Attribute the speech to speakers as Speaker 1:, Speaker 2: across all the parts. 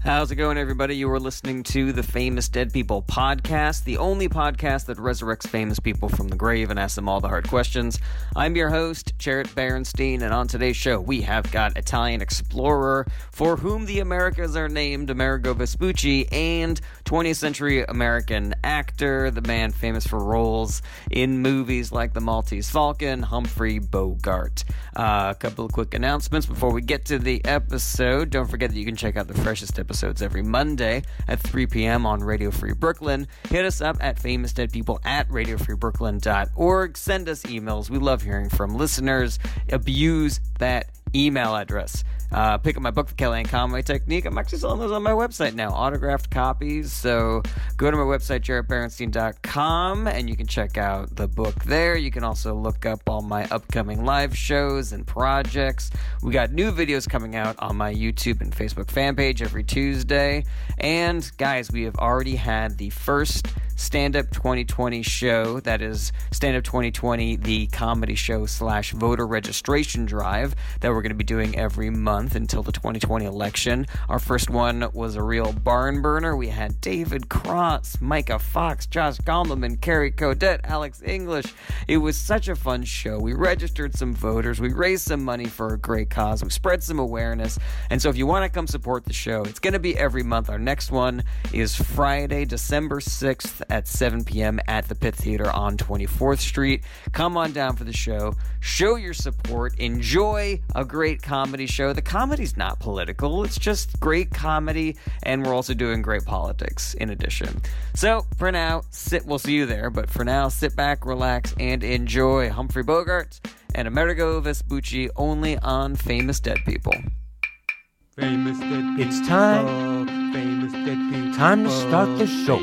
Speaker 1: How's it going, everybody? You are listening to the Famous Dead People podcast, the only podcast that resurrects famous people from the grave and asks them all the hard questions. I'm your host, Jarrett Berenstein, and on today's show, we have got Italian explorer for whom the Americas are named, Amerigo Vespucci, and 20th century American actor, the man famous for roles in movies like The Maltese Falcon, Humphrey Bogart. Uh, a couple of quick announcements before we get to the episode. Don't forget that you can check out the freshest episodes every Monday at 3 p.m. on Radio Free Brooklyn. Hit us up at famousdeadpeople at radiofreebrooklyn.org. Send us emails. We love hearing from listeners. Abuse that email address. Uh, pick up my book, The Kellyanne Conway Technique. I'm actually selling those on my website now, autographed copies. So go to my website, jarrettberenstein.com, and you can check out the book there. You can also look up all my upcoming live shows and projects. We got new videos coming out on my YouTube and Facebook fan page every Tuesday. And guys, we have already had the first Stand Up 2020 show. That is Stand Up 2020, the comedy show slash voter registration drive that we're going to be doing every month until the 2020 election. Our first one was a real barn burner. We had David Cross, Micah Fox, Josh Gondelman, Carrie Codette, Alex English. It was such a fun show. We registered some voters. We raised some money for a great cause. We spread some awareness. And so if you want to come support the show, it's going to be every month. Our next one is Friday, December 6th at 7 p.m. at the Pitt Theater on 24th Street. Come on down for the show. Show your support. Enjoy a great comedy show. The comedy's not political, it's just great comedy, and we're also doing great politics in addition. So for now, sit. We'll see you there, but for now, sit back, relax, and enjoy Humphrey Bogart and Amerigo Vespucci only on Famous Dead People.
Speaker 2: Famous dead
Speaker 3: It's time.
Speaker 2: people, famous dead people.
Speaker 3: Time to start the show.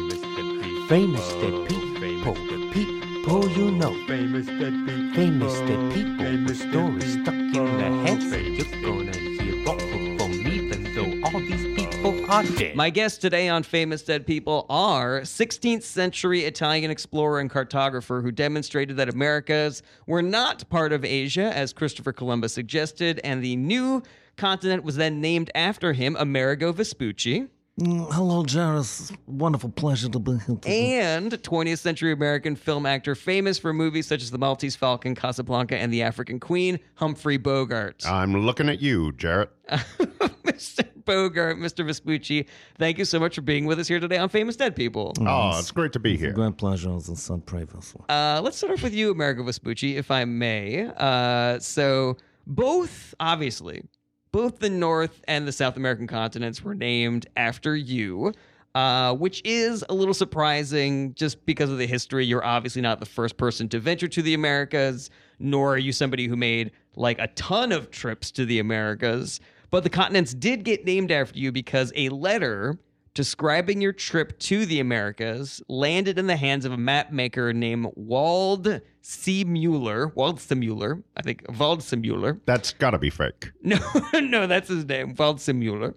Speaker 2: Famous dead people.
Speaker 3: Famous
Speaker 2: Oh,
Speaker 3: dead people, people you know.
Speaker 2: Famous dead people.
Speaker 3: Famous dead people with
Speaker 2: Oh, Famous dead
Speaker 3: stories stuck in their heads.
Speaker 2: Famous
Speaker 3: You're
Speaker 2: dead
Speaker 3: gonna hear rock from me, even though all these people are dead.
Speaker 1: My guests today on Famous Dead People are 16th century Italian explorer and cartographer who demonstrated that Americas were not part of Asia, as Christopher Columbus suggested, and the new continent was then named after him, Amerigo Vespucci.
Speaker 4: Mm, Hello, Jarvis. Wonderful pleasure to be here. today.
Speaker 1: and 20th century American film actor famous for movies such as The Maltese Falcon, Casablanca, and The African Queen, Humphrey Bogart.
Speaker 5: I'm looking at you, Jarrett.
Speaker 1: Mr. Bogart, Mr. Vespucci, thank you so much for being with us here today on Famous Dead People.
Speaker 5: Oh, it's great to be here.
Speaker 4: Great pleasure, as I said previously.
Speaker 1: Uh, let's start off with you, Amerigo Vespucci, if I may. Uh, so, both, obviously, both the North and the South American continents were named after you, uh, which is a little surprising just because of the history. You're obviously not the first person to venture to the Americas, nor are you somebody who made like a ton of trips to the Americas. But the continents did get named after you because a letter describing your trip to the Americas landed in the hands of a map maker named Wald C. Mueller. Wald C. Mueller, I think. Wald C. Mueller.
Speaker 5: That's got to be fake.
Speaker 1: No, no, that's his name, Waldseemüller.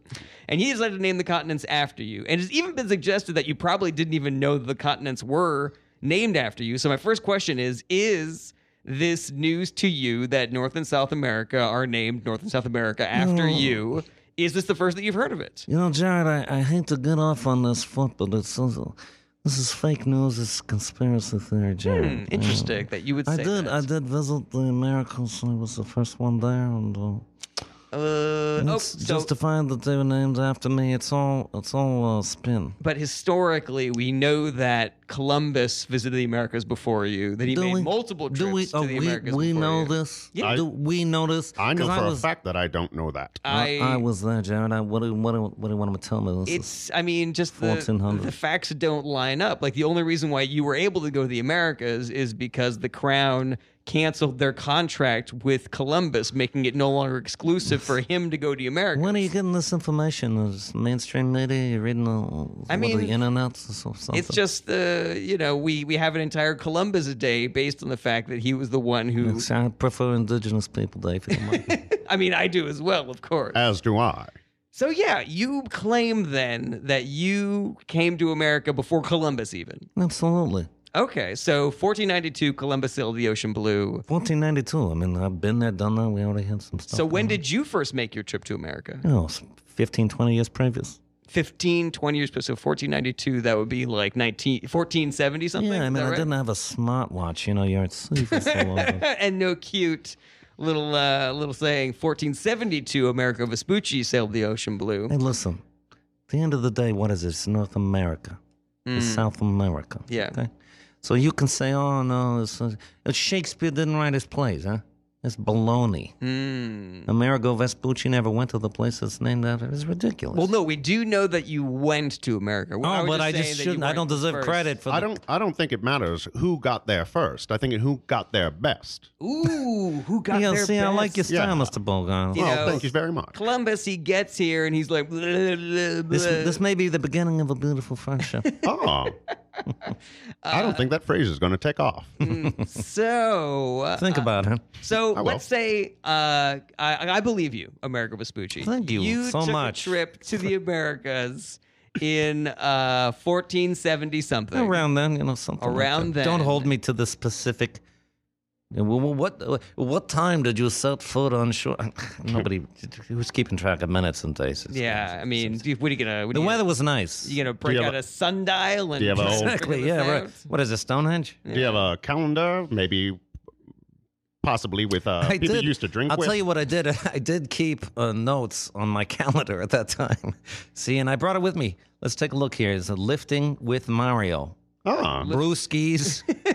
Speaker 1: And he decided to name the continents after you. And it's even been suggested that you probably didn't even know the continents were named after you. So my first question is, is this news to you that North and South America are named North and South America after you? Is this the first that you've heard of it?
Speaker 4: You know, Jared, I, I hate to get off on this foot, but it's also, this is fake news. It's conspiracy theory, Jared.
Speaker 1: Hmm, interesting that you would say
Speaker 4: I did.
Speaker 1: that.
Speaker 4: I did visit the Americas. I was the first one there, and uh,
Speaker 1: Uh, oh,
Speaker 4: it's
Speaker 1: so,
Speaker 4: justified that they were named after me. It's all, it's all uh, spin.
Speaker 1: but historically, we know that Columbus visited the Americas before you, that he made multiple trips
Speaker 4: do we,
Speaker 1: to
Speaker 4: oh,
Speaker 1: the
Speaker 4: we,
Speaker 1: Americas
Speaker 4: We
Speaker 1: before
Speaker 4: know
Speaker 1: you.
Speaker 4: this.
Speaker 1: Yeah.
Speaker 5: I-
Speaker 4: do we know this?
Speaker 5: I know
Speaker 4: 'Cause
Speaker 5: for
Speaker 4: was, Uh,
Speaker 5: a fact that I don't know that.
Speaker 1: I,
Speaker 4: I, I was there, Jared. I, what, do- what, do- what do you want to tell me? This is-
Speaker 1: It's, I mean, just the,
Speaker 4: 1400.
Speaker 1: the facts don't line up. Like, the only reason why you were able to go to the Americas is because the crown canceled their contract with Columbus, making it no longer exclusive for him to go to America.
Speaker 4: When are you getting this information? Is mainstream media? You're reading the,
Speaker 1: I
Speaker 4: what,
Speaker 1: mean,
Speaker 4: the internet or so- something?
Speaker 1: It's just the, you know, we, we have an entire Columbus a day based on the fact that he was the one who,
Speaker 4: It's- I prefer indigenous people, Dave. if you might.
Speaker 1: I mean, I do as well, of course.
Speaker 4: Uh,
Speaker 5: As do I.
Speaker 1: so, yeah, you claim then that you came to America before Columbus, even.
Speaker 4: Absolutely.
Speaker 1: Okay, so 1492, Columbus sailed the ocean blue.
Speaker 4: 1492. I mean, I've been there, done that. We already had some stuff. Oh,
Speaker 1: So when did you first make your trip to America?
Speaker 4: you know, it's 15, 20 years previous?
Speaker 1: 15, 20 years, so 1492, that would be like 19, 1470 something.
Speaker 4: Yeah,
Speaker 1: is
Speaker 4: I mean,
Speaker 1: that
Speaker 4: I
Speaker 1: right?
Speaker 4: didn't have a smartwatch. You know, you're at sea for so long.
Speaker 1: and no cute little uh, little saying. 1472, Americo Vespucci sailed the ocean blue.
Speaker 4: Hey, listen. At the end of the day, what is it? It's North America. It's South America.
Speaker 1: Hmm. Yeah.
Speaker 4: Okay? So you can say, oh, no, it's, uh, Shakespeare didn't write his plays, huh? That's baloney.
Speaker 1: Mm.
Speaker 4: Amerigo Vespucci never went to the place that's named after. It's ridiculous.
Speaker 1: Well, no, we do know that you went to America.
Speaker 4: oh,
Speaker 1: was
Speaker 4: but I
Speaker 1: saying
Speaker 4: just
Speaker 1: that you
Speaker 4: shouldn't. I
Speaker 1: weren't
Speaker 4: don't deserve
Speaker 1: first.
Speaker 4: credit for
Speaker 5: I
Speaker 4: the-
Speaker 5: don't. I don't think it matters who got there first. I think who got there best.
Speaker 1: Ooh, who got
Speaker 4: Yeah,
Speaker 1: there
Speaker 4: see, I like your
Speaker 1: best?
Speaker 4: style,
Speaker 5: Yeah.
Speaker 4: Mr. Bogart.
Speaker 1: You
Speaker 5: well,
Speaker 1: know-
Speaker 5: thank you very much.
Speaker 1: Columbus, he gets here and he's like, blah, blah, blah.
Speaker 4: This, this may be the beginning of a beautiful friendship.
Speaker 5: Oh, I
Speaker 4: Uh,
Speaker 5: don't think that phrase is going to take off.
Speaker 1: so uh,
Speaker 4: Think about it.
Speaker 1: So
Speaker 5: I will.
Speaker 1: let's say uh, I, I believe you, America Vespucci.
Speaker 4: Thank you so
Speaker 1: took
Speaker 4: much.
Speaker 1: A trip to the Americas in uh, 1470 something.
Speaker 4: Around then, you know, something. like
Speaker 1: Around
Speaker 4: that.
Speaker 1: then.
Speaker 4: Don't hold me to the specific. Yeah, well, well, What what time did you set foot on shore? Nobody who's keeping track of minutes and days.
Speaker 1: Yeah, I mean, do you- what are you gonna? What
Speaker 4: the
Speaker 1: are you,
Speaker 4: weather was nice.
Speaker 1: You gonna break
Speaker 5: you have
Speaker 1: out a,
Speaker 5: a-
Speaker 1: sundial and
Speaker 5: do you have a old-
Speaker 4: exactly. Yeah. Right. What is it, Stonehenge?
Speaker 5: Do you have a calendar? Maybe, possibly with uh,
Speaker 4: I
Speaker 5: people
Speaker 4: did-
Speaker 5: you used to drink
Speaker 4: I'll
Speaker 5: with.
Speaker 4: tell you what I did. I did keep uh, notes on my calendar at that time. See, and I brought it with me. Let's take a look here. It's a lifting with Mario.
Speaker 5: Ah,
Speaker 4: Brewskis.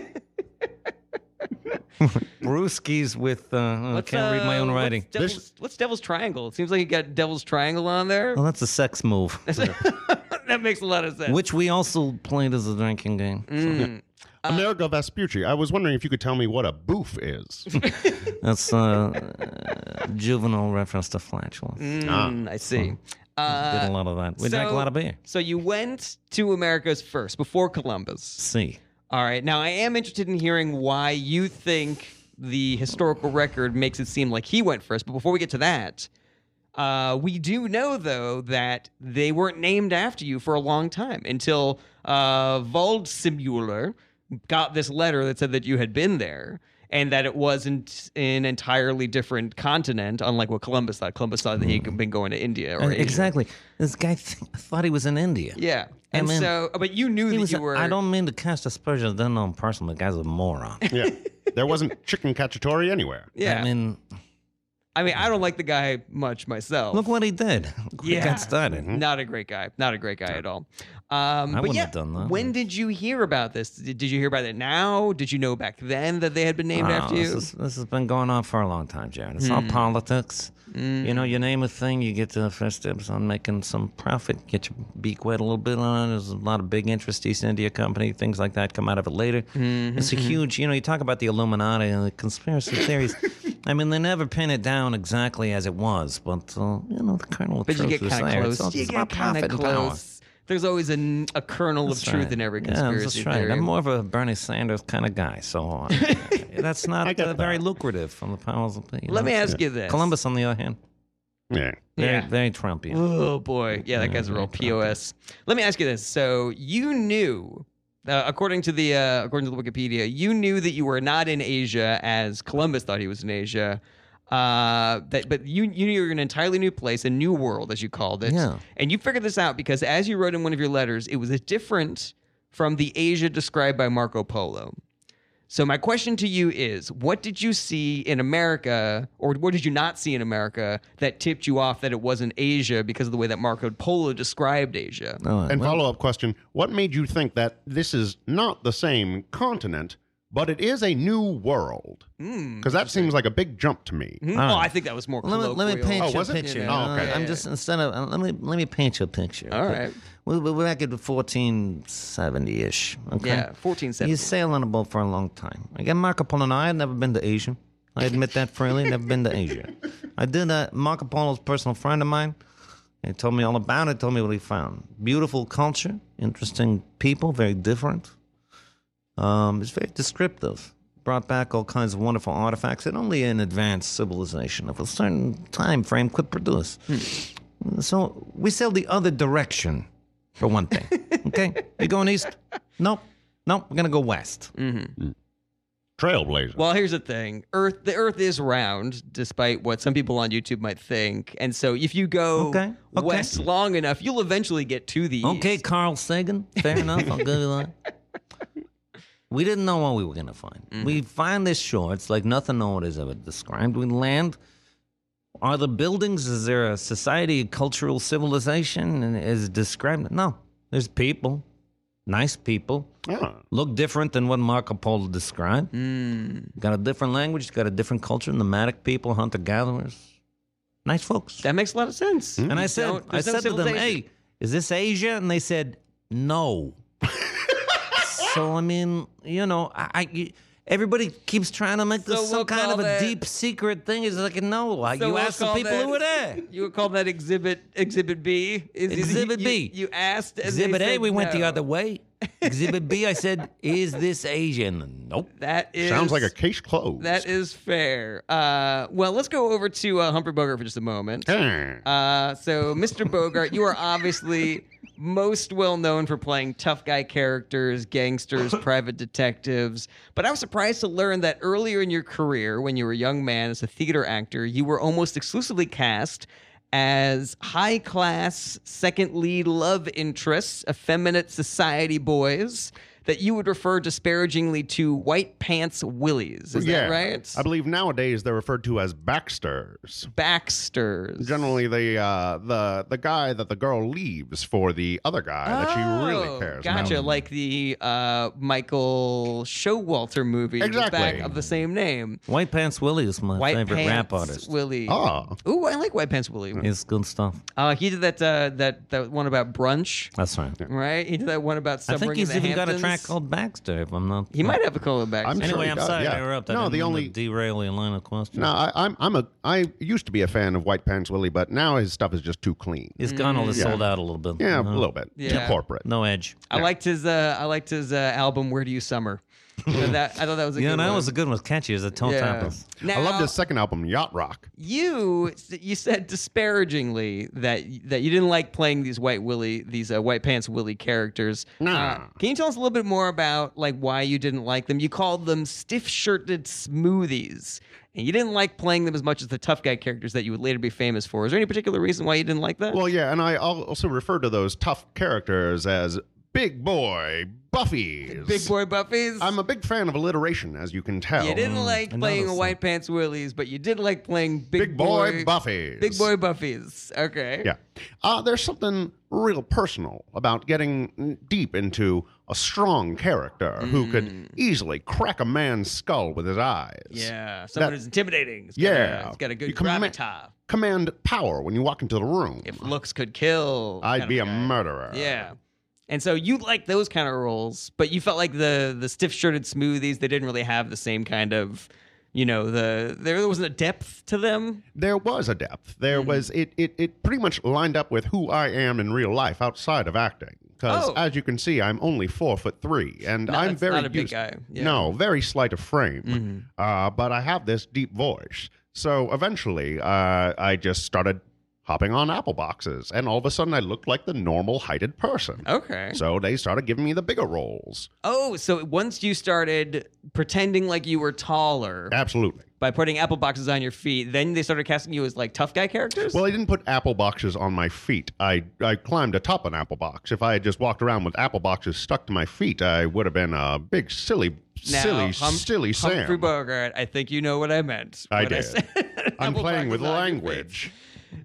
Speaker 4: Brewskis with. Uh, I
Speaker 1: What's,
Speaker 4: can't read my
Speaker 1: uh,
Speaker 4: own writing.
Speaker 1: What's Devil's, what's Devil's Triangle? It seems like you got Devil's Triangle on there.
Speaker 4: Well, that's a sex move,
Speaker 1: that makes a lot of sense.
Speaker 4: which we also played as a drinking game.
Speaker 1: Mm.
Speaker 5: Amerigo
Speaker 4: uh,
Speaker 5: Vespucci. I was wondering if you could tell me what a boof is.
Speaker 4: That's uh, a juvenile reference to flatulence.
Speaker 1: Mm, I see.
Speaker 4: Did a
Speaker 1: Uh,
Speaker 4: lot of that. Ah. Hmm. We drank a
Speaker 1: so-
Speaker 4: lot of beer.
Speaker 1: so you went to Americas first before Columbus.
Speaker 4: See,
Speaker 1: All right. Now, I am interested in hearing why you think the historical record makes it seem like he went first. But before we get to that, uh, we do know, though, that they weren't named after you for a long time until uh, Waldseemüller got this letter that said that you had been there and that it wasn't an entirely different continent, unlike what Columbus thought. Columbus thought that he had been going to India or Asia.
Speaker 4: Mm-hmm. Uh, exactly. This guy th- thought he was in India.
Speaker 1: Yeah. And
Speaker 4: mean,
Speaker 1: so, but you knew
Speaker 4: He
Speaker 1: that
Speaker 4: was,
Speaker 1: you were.
Speaker 4: I don't mean to cast aspersions. Don't know him personally. The guy's a moron.
Speaker 5: yeah, there wasn't chicken cacciatore anywhere.
Speaker 1: Yeah.
Speaker 4: I mean,
Speaker 1: I mean, I don't like the guy much myself.
Speaker 4: look what he did. Look where
Speaker 1: Yeah.
Speaker 4: He got started.
Speaker 1: not a great guy. Not a great guy at all. Um, but
Speaker 4: Hmm? wouldn't
Speaker 1: yeah,
Speaker 4: have done that.
Speaker 1: When did you hear about this? Did did you hear about it now? Did you know back then that they had been named
Speaker 4: No,
Speaker 1: after
Speaker 4: Ah, Oh, this,
Speaker 1: you? Hmm.
Speaker 4: is- this has been going on for a long time, Jared. It's all politics. You know, you name a thing, you get to the first dibs on making some profit, get your beak wet a little bit on it. There's a lot of big interest, East India Company, things like that come out of it later.
Speaker 1: Hmm,
Speaker 4: It's a huge, you know, you talk about the Illuminati and the conspiracy theories. I mean, they never pin it down exactly as it was, but, uh, you know, the kernel of
Speaker 1: but you
Speaker 4: truth
Speaker 1: get
Speaker 4: is
Speaker 1: kind of
Speaker 4: there. It's all
Speaker 1: close. You
Speaker 4: just about
Speaker 1: get kind
Speaker 4: profit
Speaker 1: of
Speaker 4: and power.
Speaker 1: close. There's always a, a kernel of
Speaker 4: That's
Speaker 1: truth
Speaker 4: right.
Speaker 1: in every
Speaker 4: Yeah,
Speaker 1: conspiracy
Speaker 4: that's right.
Speaker 1: theory.
Speaker 4: I'm more of a Bernie Sanders kind of guy, so uh, that's not
Speaker 5: I
Speaker 4: uh,
Speaker 5: get that.
Speaker 4: very lucrative from the powers of the. you
Speaker 1: Let
Speaker 4: know.
Speaker 1: me ask you this.
Speaker 4: Columbus, on the other hand,
Speaker 5: Yeah.
Speaker 4: very,
Speaker 1: Yeah.
Speaker 4: very Trumpian.
Speaker 1: Oh boy, yeah, that guy's a real pos. Let me ask you this: so you knew, uh, according to the uh, according to the Wikipedia, you knew that you were not in Asia as Columbus thought he was in Asia. Uh, that but you you knew you were in an entirely new place, a new world as you called it.
Speaker 4: Yeah.
Speaker 1: And you figured this out because as you wrote in one of your letters, it was different from the Asia described by Marco Polo. So my question to you is, what did you see in America, or what did you not see in America that tipped you off that it wasn't Asia because of the way that Marco Polo described Asia?
Speaker 4: All right,
Speaker 5: And
Speaker 4: well,
Speaker 5: follow up question What made you think that this is not the same continent, but it is a new world? Because that seems like a big jump to me.
Speaker 1: Hmm?
Speaker 4: right.
Speaker 1: Oh, I think that was more
Speaker 4: uh, let me,
Speaker 1: colloquial.
Speaker 4: let me paint
Speaker 5: Oh,
Speaker 4: you a
Speaker 5: was it?
Speaker 4: picture.
Speaker 1: Yeah.
Speaker 5: Oh, okay.
Speaker 4: I'm just instead of uh, let me let me paint you a picture.
Speaker 1: All
Speaker 4: okay?
Speaker 1: right.
Speaker 4: We- we- we're back at 1470-ish. Okay.
Speaker 1: Yeah, 1470.
Speaker 4: You sail on a boat for a long time. Again, Marco Polo. Now, I had never been to Asia. I admit that freely. Never been to Asia. I did a Marco Polo's personal friend of mine. He told me all about it. Told me what he found. Beautiful culture, interesting people, very different. Um, it's very descriptive. Brought back all kinds of wonderful artifacts that only an advanced civilization of a certain time frame could produce. So we sail the other direction, for one thing. okay, you going east? Nope. Nope. We're gonna go west.
Speaker 5: Trailblazer.
Speaker 1: Well, here's the thing. Earth the Earth is round, despite what some people on YouTube might think. And so if you go
Speaker 4: Okay, okay.
Speaker 1: west long enough, you'll eventually get to the
Speaker 4: Okay,
Speaker 1: east.
Speaker 4: Carl Sagan. Fair enough. I'll give you that. We didn't know what we were going to find. We find this shore. It's like nothing no one has ever described. We land. Are the buildings? Is there a society, a cultural civilization? And is described? No. There's people. Nice people.
Speaker 5: Ah,
Speaker 4: Look different than what Marco Polo described.
Speaker 1: Hmm.
Speaker 4: Got a different language. Got a different culture. Nomadic people, hunter gatherers. Nice folks.
Speaker 1: That makes a lot of sense.
Speaker 4: And I
Speaker 1: No,
Speaker 4: said, I
Speaker 1: there's no
Speaker 4: said to them,
Speaker 1: civilization.
Speaker 4: "Hey, is this Asia?" And they said, "No." so I mean, you know, I, I you- everybody keeps trying to make this
Speaker 1: So
Speaker 4: some
Speaker 1: we'll
Speaker 4: kind of
Speaker 1: call
Speaker 4: a
Speaker 1: that-
Speaker 4: deep secret thing. It's like, no, I-
Speaker 1: So
Speaker 4: you
Speaker 1: we'll
Speaker 4: ask the
Speaker 1: call
Speaker 4: people
Speaker 1: that-
Speaker 4: who were there.
Speaker 1: You would call that exhibit exhibit B? Is, is-
Speaker 4: Exhibit
Speaker 1: you-
Speaker 4: B.
Speaker 1: You asked and they
Speaker 4: Exhibit A,
Speaker 1: said
Speaker 4: we went the
Speaker 1: no.
Speaker 4: other way. Exhibit B, I said, "Is this Asian?" Nope.
Speaker 1: That is
Speaker 5: sounds like a case closed.
Speaker 1: That is fair. Uh, well, let's go over to uh, Humphrey Bogart for just a moment.
Speaker 5: Ah.
Speaker 1: Uh, so, Mr. Bogart, you are obviously most well known for playing tough guy characters, gangsters, private detectives. But I was surprised to learn that earlier in your career, when you were a young man as a theater actor, you were almost exclusively cast as high class second lead love interests, effeminate society boys. That you would refer disparagingly to white pants willies. Is
Speaker 5: yeah,
Speaker 1: that right?
Speaker 5: I believe nowadays they're referred to as Baxters.
Speaker 1: Baxters.
Speaker 5: Generally, the uh, the the guy that the girl leaves for the other guy that she really
Speaker 1: Oh,
Speaker 5: cares
Speaker 1: Gotcha,
Speaker 5: about.
Speaker 1: like the uh, Michael Showalter movie,
Speaker 5: Exactly.
Speaker 1: the back of the same name.
Speaker 4: White Pants Willie is my
Speaker 1: White
Speaker 4: favorite
Speaker 1: Pants
Speaker 4: rap artist.
Speaker 1: Willie.
Speaker 5: Ah,
Speaker 1: Ooh, I like White Pants Willie.
Speaker 4: It's good stuff.
Speaker 1: Uh, he did that uh, that that one about brunch,
Speaker 4: That's right.
Speaker 1: right? He did that one about
Speaker 4: I
Speaker 1: summering
Speaker 4: think he's
Speaker 1: in the
Speaker 4: even got a track
Speaker 1: Hamptons.
Speaker 4: called Baxter. If I'm not,
Speaker 1: He might have a called back.
Speaker 5: I'm
Speaker 4: Anyway,
Speaker 5: Sure he
Speaker 4: I'm
Speaker 5: does,
Speaker 4: sorry
Speaker 5: yeah.
Speaker 4: to interrupt. I
Speaker 5: No,
Speaker 4: didn't
Speaker 5: the
Speaker 4: mean to
Speaker 5: only-
Speaker 4: derail your line of questioning.
Speaker 5: no, I, I'm I'm a I used to be a fan of White Pants Willie, but now his stuff is just too clean.
Speaker 4: It's gone all
Speaker 5: Yeah.
Speaker 4: sold out a little bit.
Speaker 5: Yeah,
Speaker 4: No.
Speaker 5: a little bit
Speaker 1: Uh-huh. Yeah.
Speaker 5: too corporate.
Speaker 4: No edge.
Speaker 1: I liked his uh, I liked his uh, album Where Do You Summer. that, I thought that was a
Speaker 4: Yeah,
Speaker 1: good
Speaker 4: and that
Speaker 1: one.
Speaker 4: was a good one. It was Catchy as a tone
Speaker 1: yeah.
Speaker 4: topper.
Speaker 5: I
Speaker 1: Now-
Speaker 5: loved his second album, Yacht Rock.
Speaker 1: you you said disparagingly that that you didn't like playing these white willy these uh, white pants willy characters.
Speaker 5: Nah.
Speaker 1: Uh, can you tell us a little bit more about like why you didn't like them? You called them stiff shirted smoothies, and you didn't like playing them as much as the tough guy characters that you would later be famous for. Is there any particular reason why you didn't like that?
Speaker 5: Well, yeah, and I al- also refer to those tough characters as Big Boy Buffy.
Speaker 1: Big boy buffies.
Speaker 5: I'm a big fan of alliteration, as you can tell.
Speaker 1: you didn't like
Speaker 4: I
Speaker 1: playing
Speaker 4: noticed
Speaker 1: white pants willies, but you did like playing big,
Speaker 5: Big Boy Buffy.
Speaker 1: Big boy buffies. Okay.
Speaker 5: Yeah. Uh, there's something real personal about getting deep into a strong character who could easily crack a man's skull with his eyes.
Speaker 1: Mm. Yeah, someone
Speaker 5: That-
Speaker 1: who's intimidating. It's got a-
Speaker 5: Yeah.
Speaker 1: it's got a good
Speaker 5: You comma-
Speaker 1: gravitas.
Speaker 5: Command power when you walk into the room.
Speaker 1: if looks could kill. kind
Speaker 5: I'd
Speaker 1: of
Speaker 5: be a
Speaker 1: guy.
Speaker 5: murderer.
Speaker 1: Yeah. Um, And so you like those kind of roles, but you felt like the the stiff shirted smoothies they didn't really have the same kind of, you know, the there wasn't a depth to them.
Speaker 5: There was a depth. There
Speaker 1: Mm-hmm.
Speaker 5: was it, it it pretty much lined up with who I am in real life outside of acting. Because
Speaker 1: Oh.
Speaker 5: as you can see, I'm only four foot three, and
Speaker 1: No,
Speaker 5: I'm
Speaker 1: that's
Speaker 5: very
Speaker 1: not a big
Speaker 5: used-
Speaker 1: guy. Yeah. Mm-hmm.
Speaker 5: No, very slight of frame. Uh, but I have this deep voice, so eventually uh, I just started hopping on apple boxes, and all of a sudden I looked like the normal heighted person.
Speaker 1: Okay.
Speaker 5: So they started giving me the bigger roles.
Speaker 1: Oh, so once you started pretending like you were taller
Speaker 5: Absolutely.
Speaker 1: by putting apple boxes on your feet, then they started casting you as like tough guy characters.
Speaker 5: Well, I didn't put apple boxes on my feet. I, I climbed atop an apple box. If I had just walked around with apple boxes stuck to my feet, I would have been a big silly,
Speaker 1: Now,
Speaker 5: silly,
Speaker 1: Hum-
Speaker 5: silly
Speaker 1: Humphrey
Speaker 5: Sam.
Speaker 1: Bogart. I think you know what I meant.
Speaker 5: I
Speaker 1: when
Speaker 5: did.
Speaker 1: said
Speaker 5: I'm
Speaker 1: apple
Speaker 5: playing with
Speaker 1: boxes on your feet.
Speaker 5: language.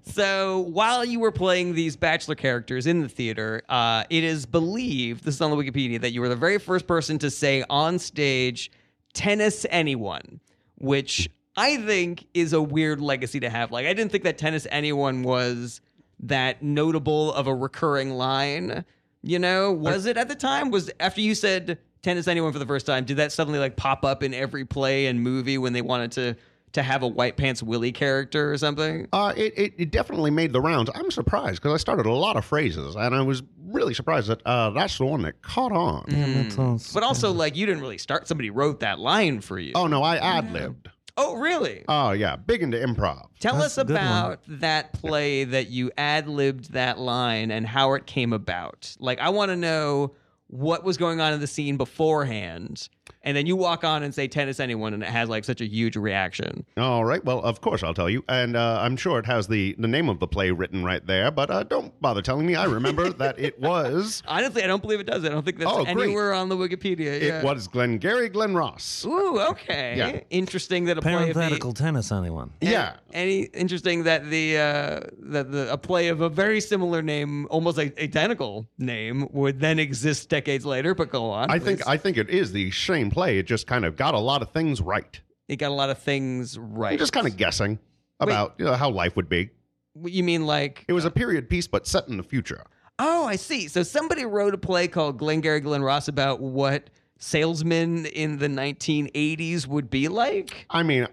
Speaker 1: So while you were playing these bachelor characters in the theater, uh, it is believed this is on the Wikipedia that you were the very first person to say on stage "tennis anyone," which I think is a weird legacy to have. Like I didn't think that "tennis anyone" was that notable of a recurring line. You know, was it at the time? Was after you said "tennis anyone" for the first time, did that suddenly like pop up in every play and movie when they wanted to? To have a white pants Willie character or something.
Speaker 5: Uh, it, it, it definitely made the rounds. I'm surprised because I started a lot of phrases, and I was really surprised that uh, that's the one that caught on.
Speaker 1: Mm. Hmm. But also, like, you didn't really start. Somebody wrote that line for you.
Speaker 5: Oh, no, I ad libbed.
Speaker 1: Oh, really?
Speaker 5: Oh, yeah, big into improv.
Speaker 1: Tell us
Speaker 4: that's a good one.
Speaker 1: about that play that you ad libbed that line and how it came about. Like, I want to know what was going on in the scene beforehand and then you walk on and say tennis anyone, and it has like such a huge reaction.
Speaker 5: All right. Well, of course I'll tell you, and uh, I'm sure it has the the name of the play written right there. But uh, don't bother telling me. I remember that it was
Speaker 1: Honestly, I don't believe it does. I don't think that's
Speaker 5: Oh, great.
Speaker 1: anywhere on the Wikipedia.
Speaker 5: it
Speaker 1: yeah.
Speaker 5: was Glengarry Glen Ross.
Speaker 1: Ooh, okay.
Speaker 5: Yeah.
Speaker 1: Interesting that a play of the,
Speaker 4: Parenthetical tennis, anyone?
Speaker 5: Yeah.
Speaker 1: Any interesting that the uh, that the a play of a very similar name, almost like identical name, would then exist decades later. But go on.
Speaker 5: I think
Speaker 1: please.
Speaker 5: I think it is the same play. It just kind of got a lot of things right.
Speaker 1: it got a lot of things right.
Speaker 5: I'm just kind of guessing about you know, how life would be.
Speaker 1: of you mean like
Speaker 5: It was a period piece, but set in the future.
Speaker 1: oh I see. So somebody wrote a play called Glengarry Glen Ross about what salesmen in the 1980s would be like.
Speaker 5: I mean,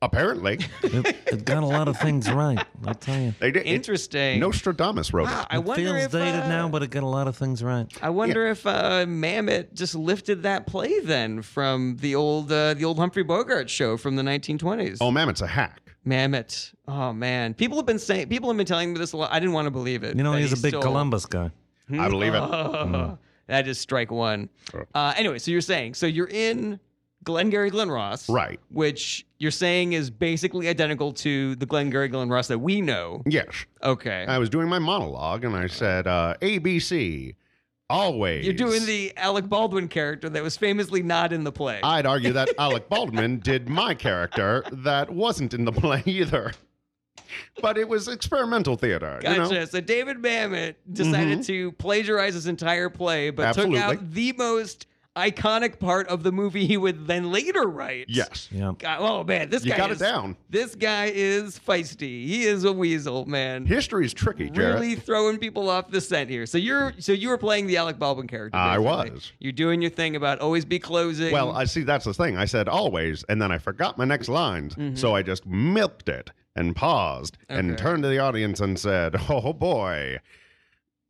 Speaker 5: apparently
Speaker 4: It, it got a lot of things right. I'll tell you.
Speaker 5: they did. it-
Speaker 1: Interesting.
Speaker 5: Nostradamus wrote
Speaker 1: Wow,
Speaker 5: it.
Speaker 1: I
Speaker 4: It
Speaker 1: wonder
Speaker 4: feels
Speaker 1: if
Speaker 4: dated
Speaker 1: uh,
Speaker 4: now, but it got a lot of things right.
Speaker 1: I wonder if uh, Mamet just lifted that play then from the old uh, the old Humphrey Bogart show from the 1920s.
Speaker 5: Oh, Mammoth's a hack.
Speaker 1: Mamet. Oh man, people have been saying people have been telling me this a lot. I didn't want to believe it.
Speaker 4: You know,
Speaker 1: that
Speaker 4: he's
Speaker 1: he
Speaker 4: a big
Speaker 1: stole-
Speaker 4: Columbus Mm. guy.
Speaker 5: I believe it.
Speaker 1: Hmm. Oh, that is strike one. Uh, anyway, so you're saying so you're in Glengarry Glen Ross,
Speaker 5: Right.
Speaker 1: Which you're saying is basically identical to the Glengarry Glen Ross that we know.
Speaker 5: Yes.
Speaker 1: Okay.
Speaker 4: Uh,
Speaker 5: I was doing my monologue and I said, uh, ABC, always.
Speaker 1: you're doing the Alec Baldwin character that was famously not in the play.
Speaker 5: I'd argue that Alec Baldwin did my character that wasn't in the play either. But it was experimental theater. you know? Mm-hmm.
Speaker 1: Gotcha. So David Mamet decided to plagiarize his entire play, but
Speaker 5: Absolutely.
Speaker 1: took out the most iconic part of the movie he would then later write.
Speaker 5: Yes.
Speaker 4: Yeah.
Speaker 1: God- oh man, this
Speaker 5: You
Speaker 1: guy
Speaker 5: got
Speaker 1: is-
Speaker 5: it down.
Speaker 1: This guy is feisty. He is a weasel, man.
Speaker 5: History's tricky, Jared.
Speaker 1: really throwing people off the scent here. So you're so you were playing the Alec Baldwin character.
Speaker 5: I
Speaker 1: basically.
Speaker 5: was.
Speaker 1: You're doing your thing about always be closing.
Speaker 5: Well, I see that's the thing. I said always, and then I forgot my next lines. So I just milked it and paused and
Speaker 1: Mm-hmm. Okay.
Speaker 5: turned to the audience and said, Oh boy.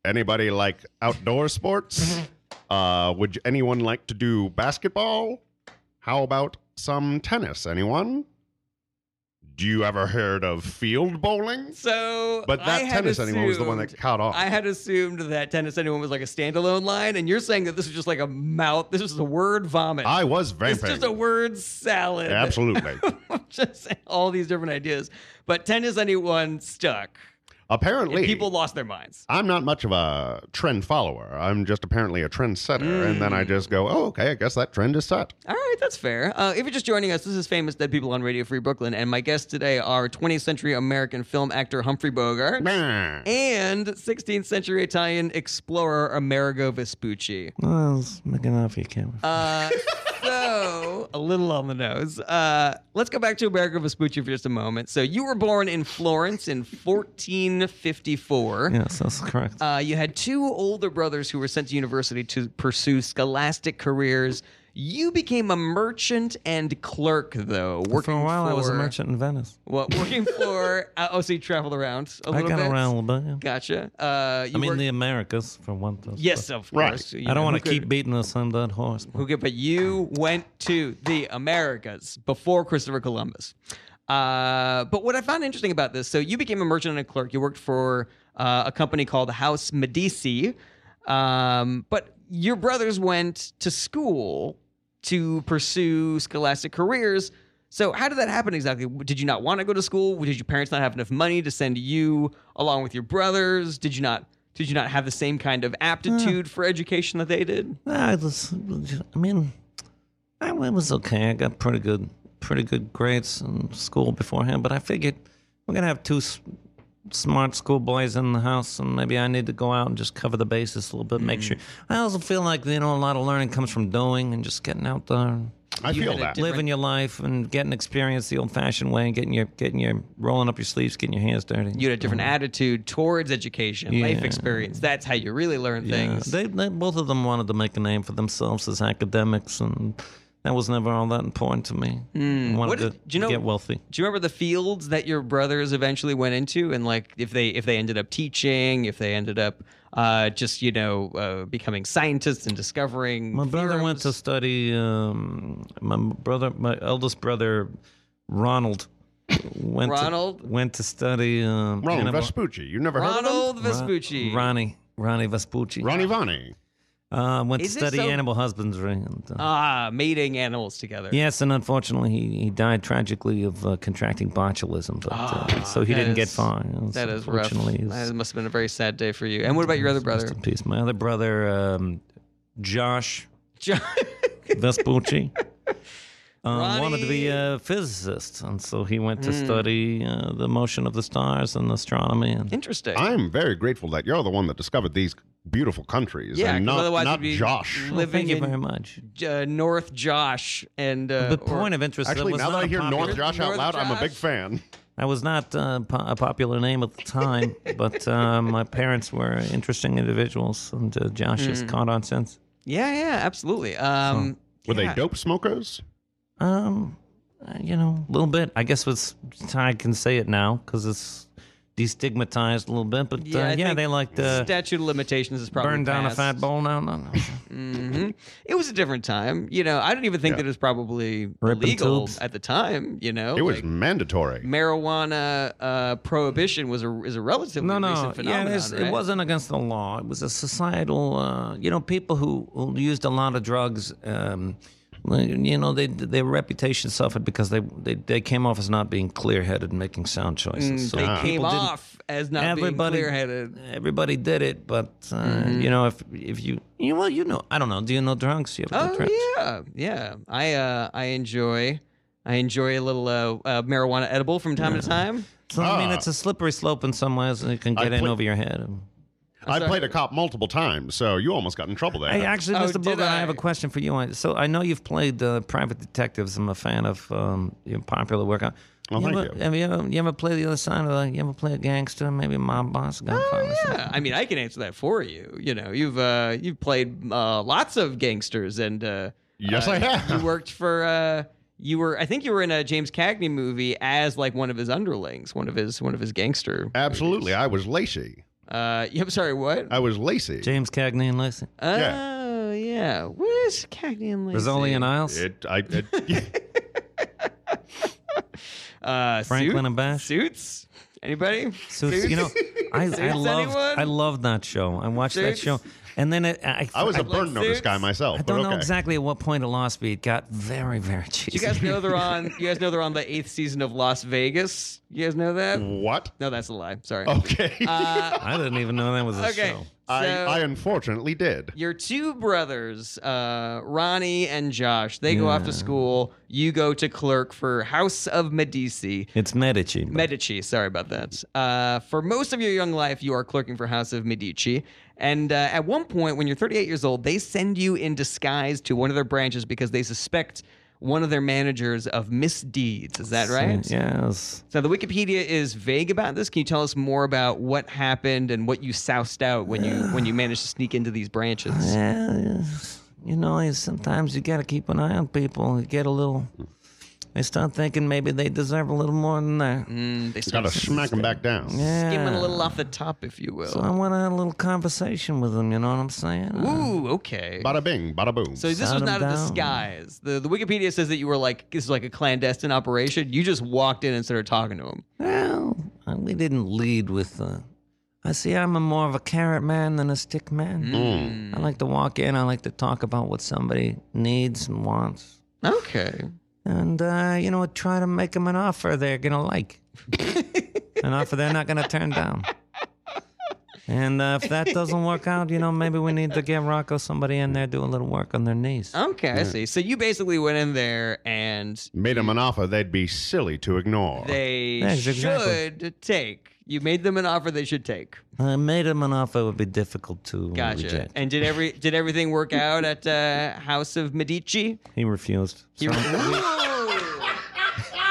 Speaker 5: Anybody like outdoor sports? uh, would you- anyone like to do basketball? How about some tennis? Anyone? Do you ever heard of field bowling?
Speaker 1: so
Speaker 5: But
Speaker 1: I
Speaker 5: that
Speaker 1: had
Speaker 5: tennis anyone was the one
Speaker 1: assumed-
Speaker 5: that caught off.
Speaker 1: I had assumed that tennis anyone was like a standalone line, and you're saying that this is just like a mouth. This is a word vomit.
Speaker 5: I was
Speaker 1: it's
Speaker 5: vamping.
Speaker 1: just a word salad.
Speaker 5: Absolutely.
Speaker 1: just all these different ideas. But tennis anyone stuck. And
Speaker 5: Apparently,
Speaker 1: people lost their minds.
Speaker 5: I'm not much of a trend follower. I'm just apparently a trendsetter. And then I
Speaker 1: Mm.
Speaker 5: just go, oh, okay, I guess that trend is set.
Speaker 1: All right, that's fair. Uh, if you're just joining us, this is Famous Dead People on Radio Free Brooklyn, and my guests today are 20th century American film actor Humphrey Bogart
Speaker 5: Nah.
Speaker 1: and 16th century Italian explorer Amerigo Vespucci.
Speaker 4: Well, it's making off you can't.
Speaker 1: Uh, so a little on the nose. Uh, let's go back to Amerigo Vespucci for just a moment. So you were born in Florence in 1454.
Speaker 4: yes, that's correct.
Speaker 1: Uh, you had two older brothers who were sent to university to pursue scholastic careers. You became a merchant and clerk, though. Working
Speaker 4: for a while, I was a
Speaker 1: for-
Speaker 4: merchant in Venice.
Speaker 1: What working for? uh, oh, so you traveled around a
Speaker 4: I
Speaker 1: little
Speaker 4: got
Speaker 1: bit.
Speaker 4: around a little bit. yeah.
Speaker 1: Gotcha. Uh, you
Speaker 4: I mean,
Speaker 1: worked-
Speaker 4: the Americas, for one thing.
Speaker 1: yes, of
Speaker 5: Right.
Speaker 1: course. You
Speaker 4: I
Speaker 1: know,
Speaker 4: don't want
Speaker 1: who
Speaker 4: to
Speaker 1: could-
Speaker 4: keep beating us on that horse. but-
Speaker 1: Who could? But you went to the Americas before Christopher Columbus. Uh, but what I found interesting about this, so you became a merchant and a clerk. You worked for uh, a company called House Medici, um, but your brothers went to school to pursue scholastic careers. So how did that happen exactly? Did you not want to go to school? Did your parents not have enough money to send you along with your brothers? Did you not? Did you not have the same kind of aptitude for education that they did?
Speaker 4: Nah, I just, I mean, I it was okay. I got pretty good, pretty good grades in school beforehand. But I figured we're gonna have two s- smart schoolboys in the house, and maybe I need to go out and just cover the bases a little bit,
Speaker 1: Mm-hmm.
Speaker 4: make sure. I also feel like you know a lot of learning comes from doing and just getting out there, and
Speaker 5: I
Speaker 1: You
Speaker 5: feel
Speaker 1: had a
Speaker 5: that.
Speaker 1: different-
Speaker 4: living your life, and getting experience the old-fashioned way, and getting your getting your rolling up your sleeves, getting your hands dirty.
Speaker 1: you had a different attitude towards education, life
Speaker 4: Mm-hmm. Yeah.
Speaker 1: experience. That's how you really learn
Speaker 4: Yeah,
Speaker 1: things.
Speaker 4: They, they both of them wanted to make a name for themselves as academics, and that was never all that important to me. I wanted
Speaker 1: Hmm. What
Speaker 4: to
Speaker 1: did- do you know-
Speaker 4: get wealthy.
Speaker 1: Do you remember the fields that your brothers eventually went into, and like if they if they ended up teaching, if they ended up uh, just you know uh, becoming scientists and discovering?
Speaker 4: My brother went to
Speaker 1: theorems?
Speaker 4: study. Um, my brother, my eldest brother, Ronald, went
Speaker 1: Ronald?
Speaker 4: to, went to study. Um,
Speaker 5: Ronald
Speaker 4: anabo-
Speaker 5: Vespucci. You never heard of him?
Speaker 1: Ronald Vespucci.
Speaker 4: Ronnie, Ronnie Vespucci.
Speaker 5: Ronnie Vani.
Speaker 4: Uh, went
Speaker 1: Is
Speaker 4: to
Speaker 1: it
Speaker 4: study
Speaker 1: so-
Speaker 4: animal husbandry. And, uh,
Speaker 1: Ah, mating animals together.
Speaker 4: yes, and unfortunately, he, he died tragically of uh, contracting botulism. But, uh,
Speaker 1: Ah,
Speaker 4: so he
Speaker 1: that
Speaker 4: didn't get
Speaker 1: is-
Speaker 4: far. you know,
Speaker 1: That
Speaker 4: so
Speaker 1: is rough.
Speaker 4: unfortunately, he's-
Speaker 1: That must have been a very sad day for you. And what about your other brother?
Speaker 4: Rest in peace. My other brother, um, Josh
Speaker 1: John-
Speaker 4: Vespucci, um, wanted to be
Speaker 1: Ronnie. Hmm.
Speaker 4: a physicist, and so he went to study uh, the motion of the stars and astronomy. And
Speaker 1: Interesting.
Speaker 5: I'm very grateful that you're the one that discovered these beautiful countries.
Speaker 1: Yeah, 'cause
Speaker 5: and not,
Speaker 1: otherwise
Speaker 5: not
Speaker 1: it'd be Mm.
Speaker 5: Josh.
Speaker 1: li- living
Speaker 4: thank you
Speaker 1: in-
Speaker 4: very much.
Speaker 1: uh, North Josh and uh,
Speaker 4: the
Speaker 1: or-
Speaker 4: point of interest
Speaker 5: Actually,
Speaker 4: that was
Speaker 5: now that
Speaker 4: not
Speaker 5: I
Speaker 4: a
Speaker 5: hear
Speaker 4: popular,
Speaker 5: North Josh out
Speaker 1: North
Speaker 5: loud, I'm a big
Speaker 1: Josh.
Speaker 5: fan.
Speaker 4: that was not uh, po- a popular name at the time, but uh, my parents were interesting individuals, and uh, Josh
Speaker 1: Hmm.
Speaker 4: has caught on since.
Speaker 1: yeah, yeah, absolutely. Um,
Speaker 5: Were
Speaker 1: yeah.
Speaker 5: they dope smokers?
Speaker 4: Um, uh, you know, a little bit. I guess it's I can say it now because it's destigmatized a little bit. But
Speaker 1: Yeah,
Speaker 4: yeah,
Speaker 1: I
Speaker 4: uh, yeah
Speaker 1: think
Speaker 4: they like to
Speaker 1: Statute of limitations is probably
Speaker 4: burn down a
Speaker 1: passed.
Speaker 4: fat bowl. No, no, no.
Speaker 1: Mhm. It was a different time, you know. I don't even think that it was probably
Speaker 4: Ripping
Speaker 1: legal
Speaker 4: tubes.
Speaker 1: at the time, you know.
Speaker 5: It was
Speaker 1: Oh, like,
Speaker 5: mandatory.
Speaker 1: marijuana uh, prohibition was a is a relatively
Speaker 4: No, no,
Speaker 1: recent
Speaker 4: yeah,
Speaker 1: phenomenon.
Speaker 4: it, is,
Speaker 1: right?
Speaker 4: it wasn't against the law. It was a societal, uh, you know, people who, who used a lot of drugs. Um, you know, they, their reputation suffered because they, they they came off as not being clear-headed and making sound choices. so
Speaker 1: Mm, They
Speaker 5: Ah.
Speaker 4: people
Speaker 1: came
Speaker 4: didn't-
Speaker 1: off as not being clear-headed.
Speaker 4: Everybody did it, but uh, you know, if if you you well, you know, I don't know. Do you know drugs? You ever did drugs?
Speaker 1: Oh yeah, yeah. I uh, I enjoy I enjoy a little uh, uh, marijuana edible from time to time.
Speaker 4: So I mean,
Speaker 5: Ah.
Speaker 4: it's a slippery slope in some ways, and it can
Speaker 5: I
Speaker 4: get in
Speaker 5: pla-
Speaker 4: over your head.
Speaker 5: I
Speaker 1: sorry.
Speaker 5: played a cop multiple times, so you almost got in trouble there.
Speaker 4: Hey, actually,
Speaker 1: Oh,
Speaker 4: Mr.
Speaker 1: did
Speaker 4: Bogart, I? have
Speaker 1: I?
Speaker 4: a question for you. I- So I know you've played uh, Private Detectives. I'm a fan of um, your popular work. Uh,
Speaker 5: Well,
Speaker 4: you
Speaker 5: thank
Speaker 4: ever,
Speaker 5: you.
Speaker 4: Have you ever, you ever play the other side of the? You ever play a gangster, maybe a mob boss, gunfighter? or something?
Speaker 1: Oh, Yeah, I mean, I can answer that for you. You know, you've uh, you've played uh, lots of gangsters, and uh,
Speaker 5: Yes,
Speaker 1: uh,
Speaker 5: I have.
Speaker 1: You worked for uh, you were I think you were in a James Cagney movie as like one of his underlings, one of his one of his gangster.
Speaker 5: Absolutely. I was Lacey.
Speaker 1: Uh, yeah, I'm sorry, what?
Speaker 5: I was Lacey.
Speaker 4: James Cagney and Lacey.
Speaker 5: yeah.
Speaker 1: Oh yeah, what is Cagney and Lacey?
Speaker 4: Rizzoli and Isles.
Speaker 5: It, I, it,
Speaker 1: uh,
Speaker 4: Franklin
Speaker 1: suit?
Speaker 4: and Bash.
Speaker 1: Suits? Anybody?
Speaker 4: So it's, you know, I, I
Speaker 1: Suits,
Speaker 4: love
Speaker 1: anyone?
Speaker 4: I love that show. I watched
Speaker 1: Suits?
Speaker 4: that show, and then it, I,
Speaker 5: I was a
Speaker 4: I,
Speaker 5: burn notice
Speaker 1: suits.
Speaker 5: guy myself.
Speaker 4: I don't
Speaker 5: but okay.
Speaker 4: know exactly at what point it lost me. It got very very cheesy.
Speaker 1: Do you guys know they're on? You guys know they're on the eighth season of Las Vegas. You guys know that?
Speaker 5: What?
Speaker 1: No, that's a lie. Sorry.
Speaker 5: Okay.
Speaker 1: Uh,
Speaker 4: I didn't even know that was a
Speaker 1: okay.
Speaker 4: show.
Speaker 5: I,
Speaker 1: so-
Speaker 5: I unfortunately did.
Speaker 1: Your two brothers, uh, Ronnie and Josh, they go off to
Speaker 4: Yeah.
Speaker 1: school. You go to clerk for House of Medici.
Speaker 4: It's Medici. but-
Speaker 1: Medici, sorry about that. Uh, for most of your young life, you are clerking for House of Medici. And uh, at one point, when you're 38 years old, they send you in disguise to one of their branches because they suspect one of their managers of misdeeds. Is that right?
Speaker 4: uh, Yes.
Speaker 1: So the Wikipedia is vague about this. Can you tell us more about what happened and what you soused out when you when you managed to sneak into these branches?
Speaker 4: Yeah, yes. you know, you- sometimes you got to keep an eye on people. You get a little. They start thinking maybe they deserve a little more than that.
Speaker 1: Mm, they
Speaker 5: Got
Speaker 1: started
Speaker 5: to smack him back down.
Speaker 4: Yeah.
Speaker 1: skimming a little off the top, if you will.
Speaker 4: So I want to have a little conversation with them. You know what I'm saying?
Speaker 1: Ooh, okay.
Speaker 5: Bada bing, bada boom. Hmm.
Speaker 1: So this was
Speaker 4: Sound 'em
Speaker 1: not a
Speaker 4: down.
Speaker 1: disguise. The the Wikipedia says that you were like this is like a clandestine operation. You just walked in and started talking to him.
Speaker 4: Well, uh, we didn't lead with. Uh, I see. I'm a more of a carrot man than a stick man.
Speaker 1: Mm.
Speaker 4: I like to walk in. I like to talk about what somebody needs and wants,
Speaker 1: Okay.
Speaker 4: and uh, you know, try to make them an offer they're gonna like, an offer they're not gonna turn down. And uh, if that doesn't work out, you know, maybe we need to get Rocco somebody in there do a little work on their knees.
Speaker 1: Okay, I see. So you basically went in there and
Speaker 5: Made him an offer they'd be silly to ignore.
Speaker 1: they
Speaker 4: Yes,
Speaker 1: should
Speaker 4: exactly.
Speaker 1: take. You made them an offer they should take.
Speaker 4: I made him an offer would be difficult to
Speaker 1: Uh-huh. Gotcha.
Speaker 4: reject.
Speaker 1: And did every did everything work out at uh, House of Medici?
Speaker 4: he refused.
Speaker 1: You,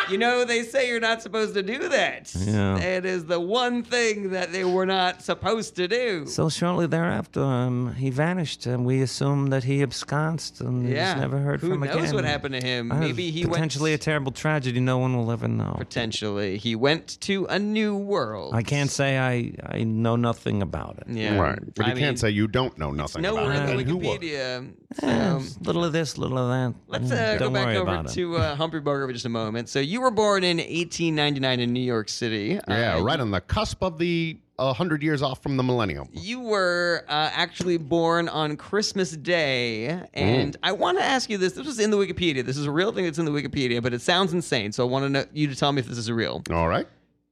Speaker 1: you know they say you're not supposed to do that.
Speaker 4: Yeah.
Speaker 1: It is the one thing that they were not supposed to do.
Speaker 4: So shortly thereafter, um, he vanished, and we assumed that he absconced, and we
Speaker 1: yeah.
Speaker 4: just never heard
Speaker 1: Who
Speaker 4: from
Speaker 1: knows
Speaker 4: again.
Speaker 1: what happened to him?
Speaker 4: Uh,
Speaker 1: Maybe he
Speaker 4: potentially
Speaker 1: went
Speaker 4: a terrible tragedy. No one will ever know.
Speaker 1: potentially he went to a new world.
Speaker 4: I can't say I I know nothing about it.
Speaker 1: Yeah.
Speaker 5: Right. But
Speaker 1: I
Speaker 5: you can't
Speaker 1: mean,
Speaker 5: say you don't know nothing about
Speaker 1: nowhere
Speaker 5: it.
Speaker 1: in the
Speaker 5: and who would?
Speaker 1: Wikipedia.
Speaker 4: Eh,
Speaker 1: So,
Speaker 4: little of this, little of that.
Speaker 1: um, Let's
Speaker 4: Eh,
Speaker 1: uh, go
Speaker 4: Don't
Speaker 1: back
Speaker 4: worry
Speaker 1: over
Speaker 4: about it.
Speaker 1: to uh, Humphrey Bogart for just a moment. So you were born in 1899 in New York City.
Speaker 5: Yeah,
Speaker 1: Uh,
Speaker 5: right on the cusp of the a hundred years off from the millennium.
Speaker 1: You were uh, actually born on Christmas Day, and
Speaker 5: Mm.
Speaker 1: I want to ask you this. This was in the Wikipedia. This is a real thing that's in the Wikipedia, but it sounds insane. So I want to know you to tell me if this is real.
Speaker 5: All right.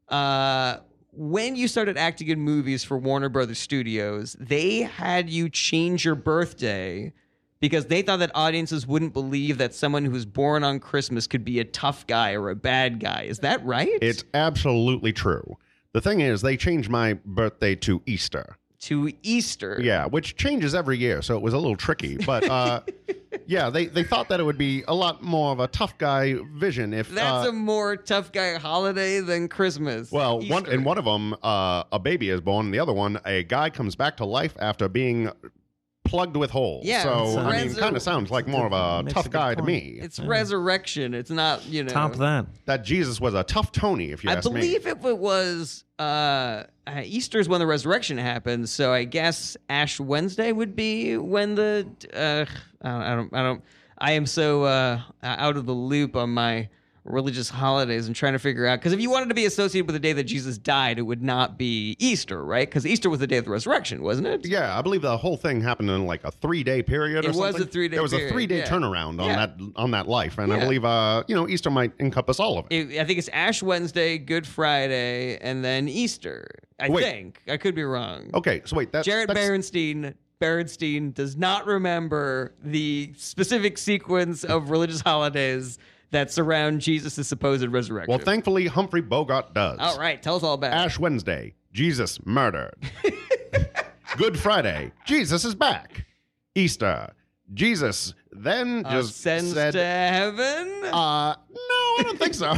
Speaker 1: Uh, when you started acting in movies for Warner Brothers Studios, they had you change your birthday because they thought that audiences wouldn't believe that someone who was born on Christmas could be a tough guy or a bad guy. Is that right?
Speaker 5: It's absolutely true. The thing is, they changed my birthday to Easter.
Speaker 1: to Easter.
Speaker 5: Yeah, which changes every year, so it was a little tricky. But uh, yeah, they, they thought that it would be a lot more of a tough guy vision if
Speaker 1: That's
Speaker 5: uh,
Speaker 1: a more tough guy holiday than Christmas.
Speaker 5: well, one
Speaker 1: Easter.
Speaker 5: in one of them, uh, a baby is born. and The other one, a guy comes back to life after being plugged with holes.
Speaker 1: Yeah,
Speaker 5: so I mean,
Speaker 1: friends are-
Speaker 5: kind of sounds like more of a
Speaker 4: Makes a
Speaker 5: tough
Speaker 4: good
Speaker 5: guy to
Speaker 4: point.
Speaker 5: me.
Speaker 1: it's resurrection. It's not you know.
Speaker 4: Top that.
Speaker 5: that Jesus was a tough Tony, if you
Speaker 1: I
Speaker 5: ask
Speaker 1: believe
Speaker 5: me.
Speaker 1: if it was uh, uh, Easter is when the resurrection happens, so I guess Ash Wednesday would be when the uh, I, don't, I don't I don't I am so uh, out of the loop on my religious holidays and trying to figure out because if you wanted to be associated with the day that Jesus died, it would not be Easter, right? Because Easter was the day of the resurrection, wasn't it?
Speaker 5: Yeah, I believe the whole thing happened in like a three day period.
Speaker 1: It
Speaker 5: or
Speaker 1: was
Speaker 5: something.
Speaker 1: a three-day
Speaker 5: There was
Speaker 1: period,
Speaker 5: a three day
Speaker 1: yeah.
Speaker 5: turnaround on
Speaker 1: Yeah.
Speaker 5: that on that life, and I
Speaker 1: Yeah.
Speaker 5: believe uh, you know Easter might encompass all of it.
Speaker 1: It, I think it's Ash Wednesday, Good Friday, and then Easter. I
Speaker 5: Wait.
Speaker 1: think I could be wrong.
Speaker 5: Okay, so wait, that's
Speaker 1: Jared
Speaker 5: that's,
Speaker 1: Berenstein Berenstein does not remember the specific sequence of religious holidays that surround Jesus' supposed resurrection.
Speaker 5: Well, thankfully Humphrey Bogart does.
Speaker 1: all right, tell us all about it.
Speaker 5: Ash Wednesday, Jesus murdered. Good Friday, Jesus is back. Easter, Jesus then
Speaker 1: Uh,
Speaker 5: just
Speaker 1: sends
Speaker 5: said,
Speaker 1: to heaven.
Speaker 5: uh, "No, I don't think so."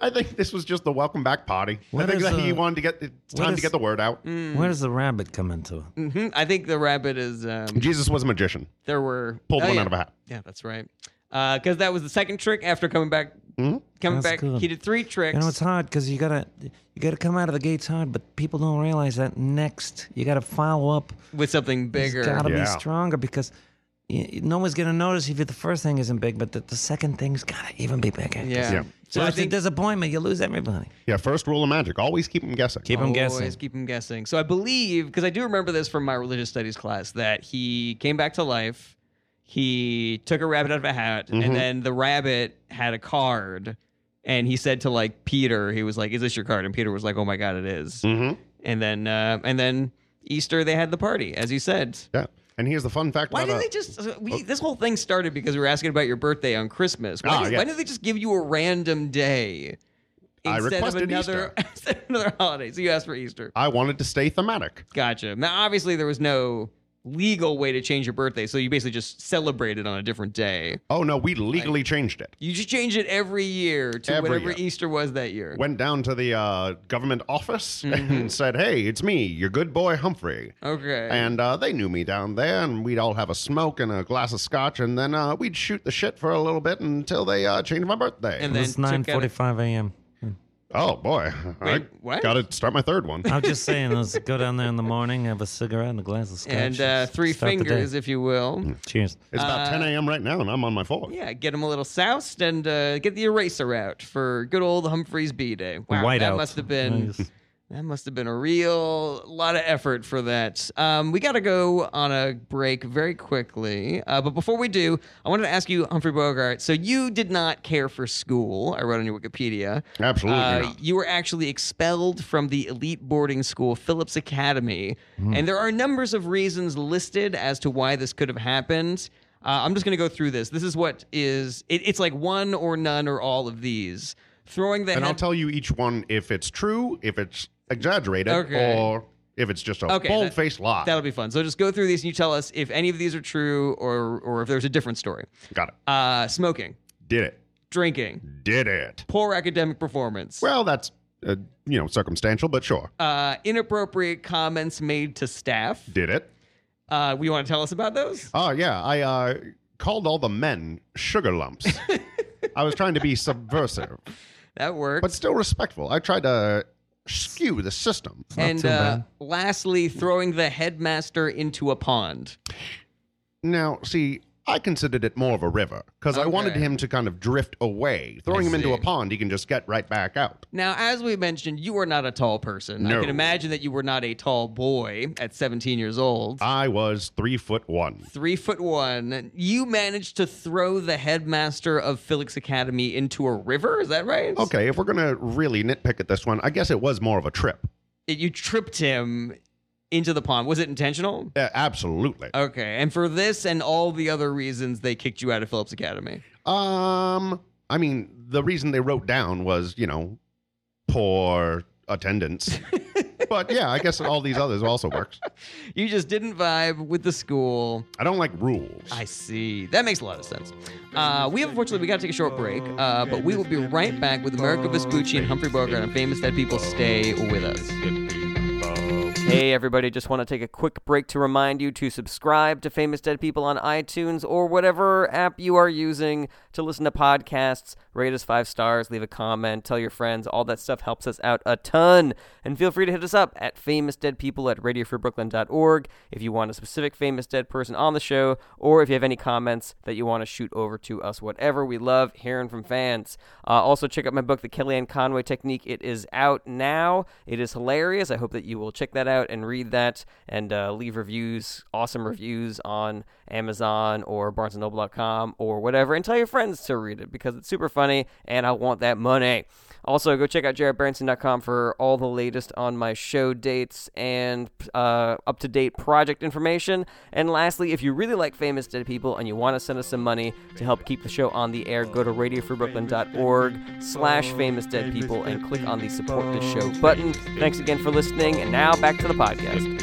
Speaker 5: I think this was just the welcome back party. I
Speaker 4: What
Speaker 5: think
Speaker 4: is,
Speaker 5: that he
Speaker 4: uh,
Speaker 5: wanted to get it's
Speaker 4: what
Speaker 5: time to
Speaker 4: is-
Speaker 5: get the word out.
Speaker 1: Mm. hmm.
Speaker 4: Where does the rabbit come into it?
Speaker 1: Mhm. I think the rabbit is. Um,
Speaker 5: Jesus was a magician.
Speaker 1: there were
Speaker 5: Pulled
Speaker 1: one
Speaker 5: one out of a hat.
Speaker 1: Oh, Yeah, that's right. Because that was the second trick after coming back.
Speaker 5: Hmm?
Speaker 1: Coming
Speaker 4: That's
Speaker 1: back,
Speaker 4: good.
Speaker 1: he did three tricks.
Speaker 4: You know it's hard because you gotta you gotta come out of the gates hard, but people don't realize that next you gotta follow up.
Speaker 1: with something bigger.
Speaker 4: It's gotta
Speaker 5: Yeah.
Speaker 4: be stronger because y y- no one's gonna notice if the first thing isn't big, but the, the second thing's gotta even be bigger. 'Cause
Speaker 1: yeah.
Speaker 5: Yeah.
Speaker 1: So
Speaker 4: if
Speaker 1: I
Speaker 4: it's
Speaker 1: think
Speaker 4: a disappointment, you lose everybody.
Speaker 5: Yeah, first rule of magic: always keep him guessing.
Speaker 4: Keep them guessing.
Speaker 1: Always keep him guessing. So I believe, because I do remember this from my religious studies class, that he came back to life. He took a rabbit out of a hat,
Speaker 5: Mm-hmm.
Speaker 1: and then the rabbit had a card, and he said to like Peter, he was like, "Is this your card?" And Peter was like, "Oh my god, it is."
Speaker 5: Mhm.
Speaker 1: And then, uh, and then Easter they had the party, as you said.
Speaker 5: Yeah, and here's the fun fact
Speaker 1: Why
Speaker 5: about Oh.
Speaker 1: did they just? uh, We, this whole thing started because we were asking about your birthday on Christmas. Why,
Speaker 5: Ah,
Speaker 1: did,
Speaker 5: yeah.
Speaker 1: why did they just give you a random day
Speaker 5: I requested
Speaker 1: of another instead of another holiday? So you asked for Easter.
Speaker 5: I wanted to stay thematic.
Speaker 1: Gotcha. Now, obviously, there was no legal way to change your birthday, so you basically just celebrated on a different day.
Speaker 5: Oh no, we legally changed it.
Speaker 1: You just change it every year to
Speaker 5: Every
Speaker 1: whatever
Speaker 5: year.
Speaker 1: Easter was that year.
Speaker 5: Went down to the uh, government office
Speaker 1: Mm-hmm.
Speaker 5: and said, "Hey, it's me, your good boy Humphrey."
Speaker 1: okay.
Speaker 5: And uh, they knew me down there, and we'd all have a smoke and a glass of scotch, and then uh, we'd shoot the shit for a little bit until they uh, changed my birthday.
Speaker 1: And then
Speaker 4: It's
Speaker 1: took out a-
Speaker 4: nine forty-five a.m.
Speaker 5: oh boy,
Speaker 1: Wait,
Speaker 5: I
Speaker 1: what? Uh,
Speaker 5: got to start my third one.
Speaker 4: I was just saying, let's go down there in the morning, have a cigarette and a glass of scotch,
Speaker 1: and uh, three
Speaker 4: start the day. Mm.
Speaker 1: fingers, if you will.
Speaker 4: Cheers.
Speaker 5: It's about 10 a.m. right now, and I'm on my fourth.
Speaker 1: Yeah, get them a little soused and uh, get the eraser out for good old Humphreys B Day. Wow, that
Speaker 4: Whiteout.
Speaker 1: must have been
Speaker 4: Nice.
Speaker 1: that must have been a real lot of effort for that. Um, we got to go on a break very quickly, uh, but before we do, I wanted to ask you, Humphrey Bogart. So you did not care for school. I read on your Wikipedia.
Speaker 5: Absolutely
Speaker 1: Uh,
Speaker 5: not.
Speaker 1: you were actually expelled from the elite boarding school Phillips Academy,
Speaker 5: Hmm.
Speaker 1: and there are numbers of reasons listed as to why this could have happened. Uh, I'm just going to go through this. This is what is it, it's like one or none or all of these. Throwing the
Speaker 5: And
Speaker 1: head-
Speaker 5: I'll tell you each one if it's true, if it's exaggerated,
Speaker 1: Okay.
Speaker 5: or if it's just a
Speaker 1: Okay, that-
Speaker 5: bold-faced lie.
Speaker 1: That'll be fun. So just go through these and you tell us if any of these are true or or if there's a different story.
Speaker 5: Got it.
Speaker 1: Uh, smoking,
Speaker 5: Did it.
Speaker 1: drinking,
Speaker 5: Did it.
Speaker 1: poor academic performance,
Speaker 5: Well, that's, uh, you know, circumstantial, but sure.
Speaker 1: uh, inappropriate comments made to staff.
Speaker 5: Did it.
Speaker 1: Uh, we want to tell us about those.
Speaker 5: Oh, yeah. I uh, called all the men sugar lumps. I was trying to be subversive,
Speaker 1: That works.
Speaker 5: but still respectful. I tried to skew the system.
Speaker 1: and
Speaker 4: too
Speaker 1: uh,
Speaker 4: bad.
Speaker 1: lastly, throwing the headmaster into a pond.
Speaker 5: Now, see, I considered it more of a river because I wanted
Speaker 1: Okay.
Speaker 5: him to kind of drift away. Throwing
Speaker 1: I
Speaker 5: him into a
Speaker 1: see.
Speaker 5: pond, he can just get right back out.
Speaker 1: Now, as we mentioned, you are not a tall person. I
Speaker 5: No.
Speaker 1: can imagine that you were not a tall boy at 17 years old.
Speaker 5: I was three foot one.
Speaker 1: Three foot one. You managed to throw the headmaster of Felix Academy into a river. Is that right?
Speaker 5: Okay, if we're gonna really nitpick at this one, I guess it was more of a trip.
Speaker 1: It- you tripped him into the pond. Was it intentional?
Speaker 5: Uh, absolutely.
Speaker 1: Okay. And for this and all the other reasons, they kicked you out of Phillips Academy.
Speaker 5: Um, I mean, the reason they wrote down was, you know, poor attendance. but yeah, I guess all these others also works.
Speaker 1: You just didn't vibe with the school.
Speaker 5: I don't like rules.
Speaker 1: I see. That makes a lot of sense. Uh, we have, unfortunately, we got to take a short break, uh, but we will be right back with America Vespucci and Humphrey Bogart and Famous Dead People. Stay with us. Hey, everybody, just want to take a quick break to remind you to subscribe to Famous Dead People on iTunes or whatever app you are using to listen to podcasts. Rate us five stars, leave a comment, tell your friends. All that stuff helps us out a ton. And feel free to hit us up at famousdeadpeople at radiofreebrooklyn.org if you want a specific famous dead person on the show or if you have any comments that you want to shoot over to us. Whatever, we love hearing from fans. Uh, also, check out my book, The Kellyanne Conway Technique. It is out now. It is hilarious. I hope that you will check that out and read that and uh, leave reviews, awesome reviews on Amazon or BarnesandNoble.com or whatever, and tell your friends to read it because it's super funny and I want that money. Also, go check out jaredbranson.com for all the latest on my show dates and uh, up to date project information. And lastly, if you really like famous dead people and you want to send us some money to help keep the show on the air, go to radiofreebrooklyn.org slash famous dead people and click on the support the show button. Thanks again for listening. And now back to the podcast.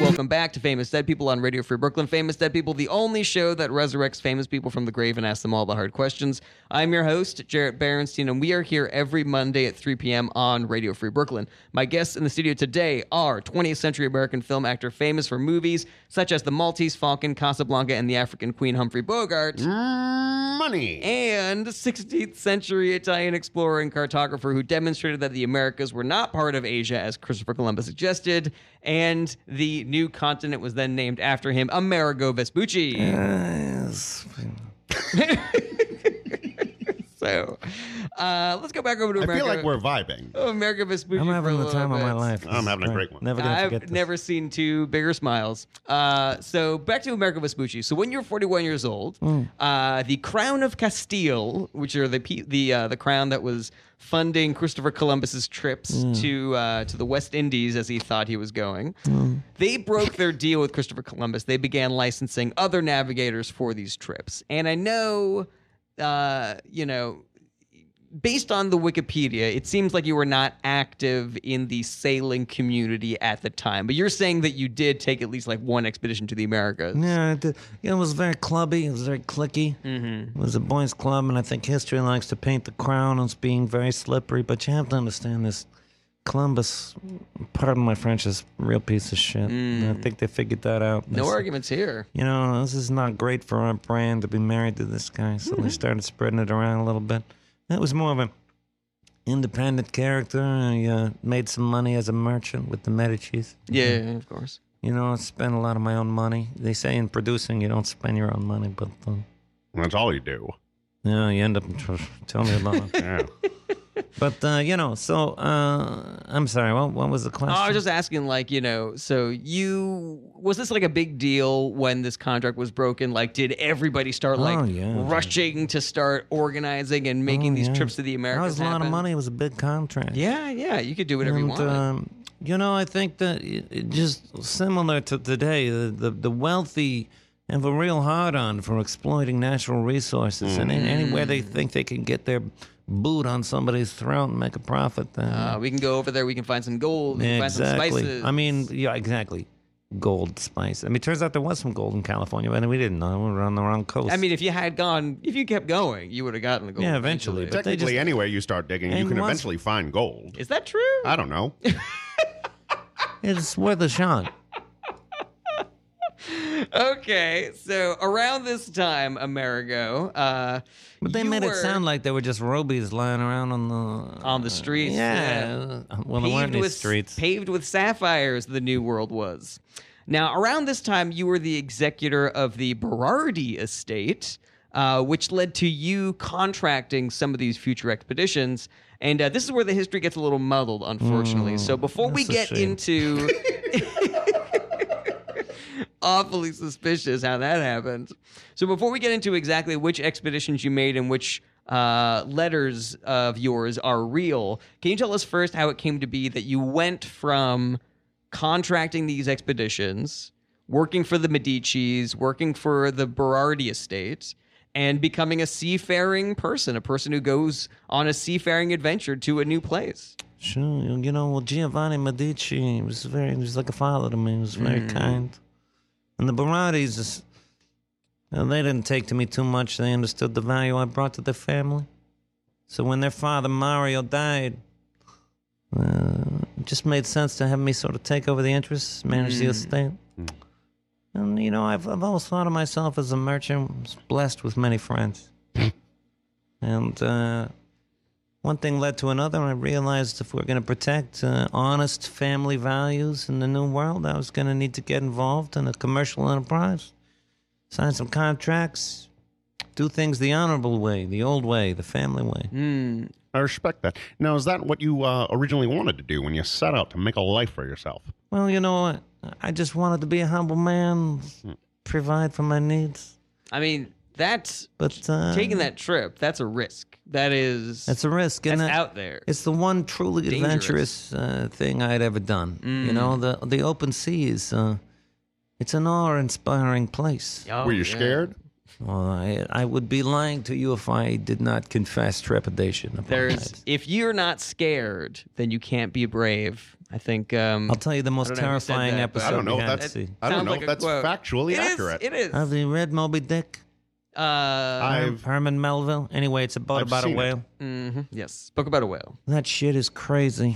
Speaker 1: Welcome back to Famous Dead People on Radio Free Brooklyn. Famous Dead People, the only show that resurrects famous people from the grave and asks them all the hard questions. I'm your host, Jarrett Berenstein, and we are here every Monday at 3 p.m. on Radio Free Brooklyn. My guests in the studio today are 20th century American film actor famous for movies such as The Maltese Falcon, Casablanca, and The African Queen, Humphrey Bogart
Speaker 5: Money.
Speaker 1: and 16th century Italian explorer and cartographer who demonstrated that the Americas were not part of Asia as Christopher Columbus suggested, and the new continent was then named after him, Amerigo Vespucci. So uh, let's go back over to
Speaker 5: I
Speaker 1: America.
Speaker 5: feel like we're vibing.
Speaker 1: America Vespucci.
Speaker 4: I'm
Speaker 1: for
Speaker 4: having
Speaker 1: a
Speaker 4: the
Speaker 1: little
Speaker 4: time of my
Speaker 1: bit.
Speaker 4: life.
Speaker 5: I'm having a
Speaker 4: Right.
Speaker 5: great one.
Speaker 4: Never gonna forget
Speaker 1: I've
Speaker 4: this.
Speaker 1: never seen two bigger smiles. Uh, so back to America Vespucci. So when you're 41 years old,
Speaker 4: Hmm.
Speaker 1: uh, the Crown of Castile, which are the pe- the uh, the crown that was funding Christopher Columbus's trips
Speaker 4: Hmm.
Speaker 1: to uh, to the West Indies as he thought he was going,
Speaker 4: Hmm.
Speaker 1: they broke their deal with Christopher Columbus. They began licensing other navigators for these trips, and I know, uh, you know based on the Wikipedia, it seems like you were not active in the sailing community at the time. But you're saying that you did take at least like one expedition to the Americas.
Speaker 4: Yeah, it, did. Yeah, it was very clubby. It was very clicky.
Speaker 1: Mm-hmm.
Speaker 4: It was a boys' club, and I think history likes to paint the crown as being very slippery. But you have to understand this: Columbus, pardon my French, is a real piece of shit. And I think they figured that out. They
Speaker 1: Mm. No
Speaker 4: said,
Speaker 1: arguments here.
Speaker 4: You know, this is not great for our brand to be married to this guy. So
Speaker 1: Mm-hmm.
Speaker 4: they started spreading it around a little bit. That was more of an independent character. I uh, made some money as a merchant with the Medici's.
Speaker 1: Yeah, of course.
Speaker 4: You know, I spend a lot of my own money. They say in producing you don't spend your own money, but um,
Speaker 5: That's all you do.
Speaker 4: yeah, you end up. Tell me about it.
Speaker 5: Yeah.
Speaker 4: but uh, you know, so uh, I'm sorry. What, what was the question?
Speaker 1: I was just asking, like, you know, so you was this like a big deal when this contract was broken? Like, did everybody start like
Speaker 4: Oh, yeah.
Speaker 1: rushing to start organizing and making
Speaker 4: Oh,
Speaker 1: these
Speaker 4: yeah.
Speaker 1: trips to the
Speaker 4: that
Speaker 1: Americas?
Speaker 4: was a lot of
Speaker 1: happen?
Speaker 4: money. It was a big contract.
Speaker 1: Yeah, yeah, you could do whatever you
Speaker 4: And,
Speaker 1: want.
Speaker 4: um, you know, I think that it- it just similar to today, the, the, the wealthy have a real hard on for exploiting natural resources, and any- anywhere
Speaker 1: Mm.
Speaker 4: they think they can get their boot on somebody's throat and make a profit, then
Speaker 1: uh, we can go over there. We can find some gold. We can find some
Speaker 4: Exactly.
Speaker 1: spices.
Speaker 4: I mean, yeah, exactly. Gold spice. I mean, it turns out there was some gold in California, and we didn't know. We were on the wrong coast.
Speaker 1: I mean, if you had gone, if you kept going, you would have gotten the gold.
Speaker 4: Yeah, eventually, but- they
Speaker 5: Technically,
Speaker 4: just-
Speaker 5: anywhere you start digging, you
Speaker 4: And
Speaker 5: can
Speaker 4: once-
Speaker 5: eventually find gold.
Speaker 1: Is that true?
Speaker 5: I don't know.
Speaker 4: it's worth a shot.
Speaker 1: Okay, so around this time, Amerigo, uh,
Speaker 4: But they
Speaker 1: you
Speaker 4: made it
Speaker 1: were
Speaker 4: sound like there were just robies lying around on the
Speaker 1: on the streets.
Speaker 4: Yeah. Well, there weren't
Speaker 1: paved
Speaker 4: any
Speaker 1: with
Speaker 4: streets.
Speaker 1: paved with sapphires. The New World was. Now, around this time, you were the executor of the Berardi estate, uh, which led to you contracting some of these future expeditions. And uh, this is where the history gets a little muddled, unfortunately. so before we
Speaker 4: Hmm, that's
Speaker 1: get
Speaker 4: a shame.
Speaker 1: into. Awfully suspicious how that happened. So, before we get into exactly which expeditions you made and which uh, letters of yours are real, can you tell us first how it came to be that you went from contracting these expeditions, working for the Medicis, working for the Berardi estate, and becoming a seafaring person, a person who goes on a seafaring adventure to a new place.
Speaker 4: Sure, you you know, well, Giovanni Medici was very, he was like a father to me. He was very kind. And the Barattis, is- well, they didn't take to me too much. They understood the value I brought to their family. So when their father Mario died, uh, it just made sense to have me sort of take over the interests, manage the estate. And you know, I've I've always thought of myself as a merchant, was blessed with many friends. and uh, one thing led to another, and I realized if we're going to protect uh, honest family values in the new world, I was going to need to get involved in a commercial enterprise, sign some contracts, do things the honorable way, the old way, the family way.
Speaker 1: Mm.
Speaker 5: I respect that. Now, is that what you uh, originally wanted to do when you set out to make a life for yourself?
Speaker 4: Well, you know, I, I just wanted to be a humble man,
Speaker 1: Mm.
Speaker 4: provide for my needs.
Speaker 1: I mean, that's
Speaker 4: But uh,
Speaker 1: taking that trip, that's a risk. That is
Speaker 4: that's a risk, isn't
Speaker 1: that's
Speaker 4: it?
Speaker 1: out there.
Speaker 4: It's the one truly
Speaker 1: Dangerous. Mm.
Speaker 4: adventurous uh, thing I'd ever done. You know, the the open sea is uh, it's an awe-inspiring place.
Speaker 1: Oh,
Speaker 5: Were you
Speaker 1: yeah.
Speaker 5: scared?
Speaker 4: Well, I, I would be lying to you if I did not confess trepidation upon
Speaker 1: There's
Speaker 4: that.
Speaker 1: if you're not scared, then you can't be brave. I think um
Speaker 4: I'll tell you the most
Speaker 1: I don't know if you said
Speaker 4: terrifying
Speaker 1: that, but-
Speaker 4: episode
Speaker 5: I don't know.
Speaker 4: we
Speaker 5: If
Speaker 4: had to
Speaker 5: that's
Speaker 4: see.
Speaker 5: I don't
Speaker 1: Sounds
Speaker 5: know
Speaker 1: like
Speaker 5: if
Speaker 1: a
Speaker 5: that's
Speaker 1: quote.
Speaker 5: factually
Speaker 1: it is,
Speaker 5: accurate.
Speaker 1: it is.
Speaker 4: Have you read Moby Dick?
Speaker 1: Uh,
Speaker 5: I've
Speaker 4: Herman Melville? Anyway, it's a boat
Speaker 5: I've
Speaker 4: about a
Speaker 5: seen it.
Speaker 4: whale.
Speaker 1: mhm, yes. Spoke about a whale.
Speaker 4: That shit is crazy.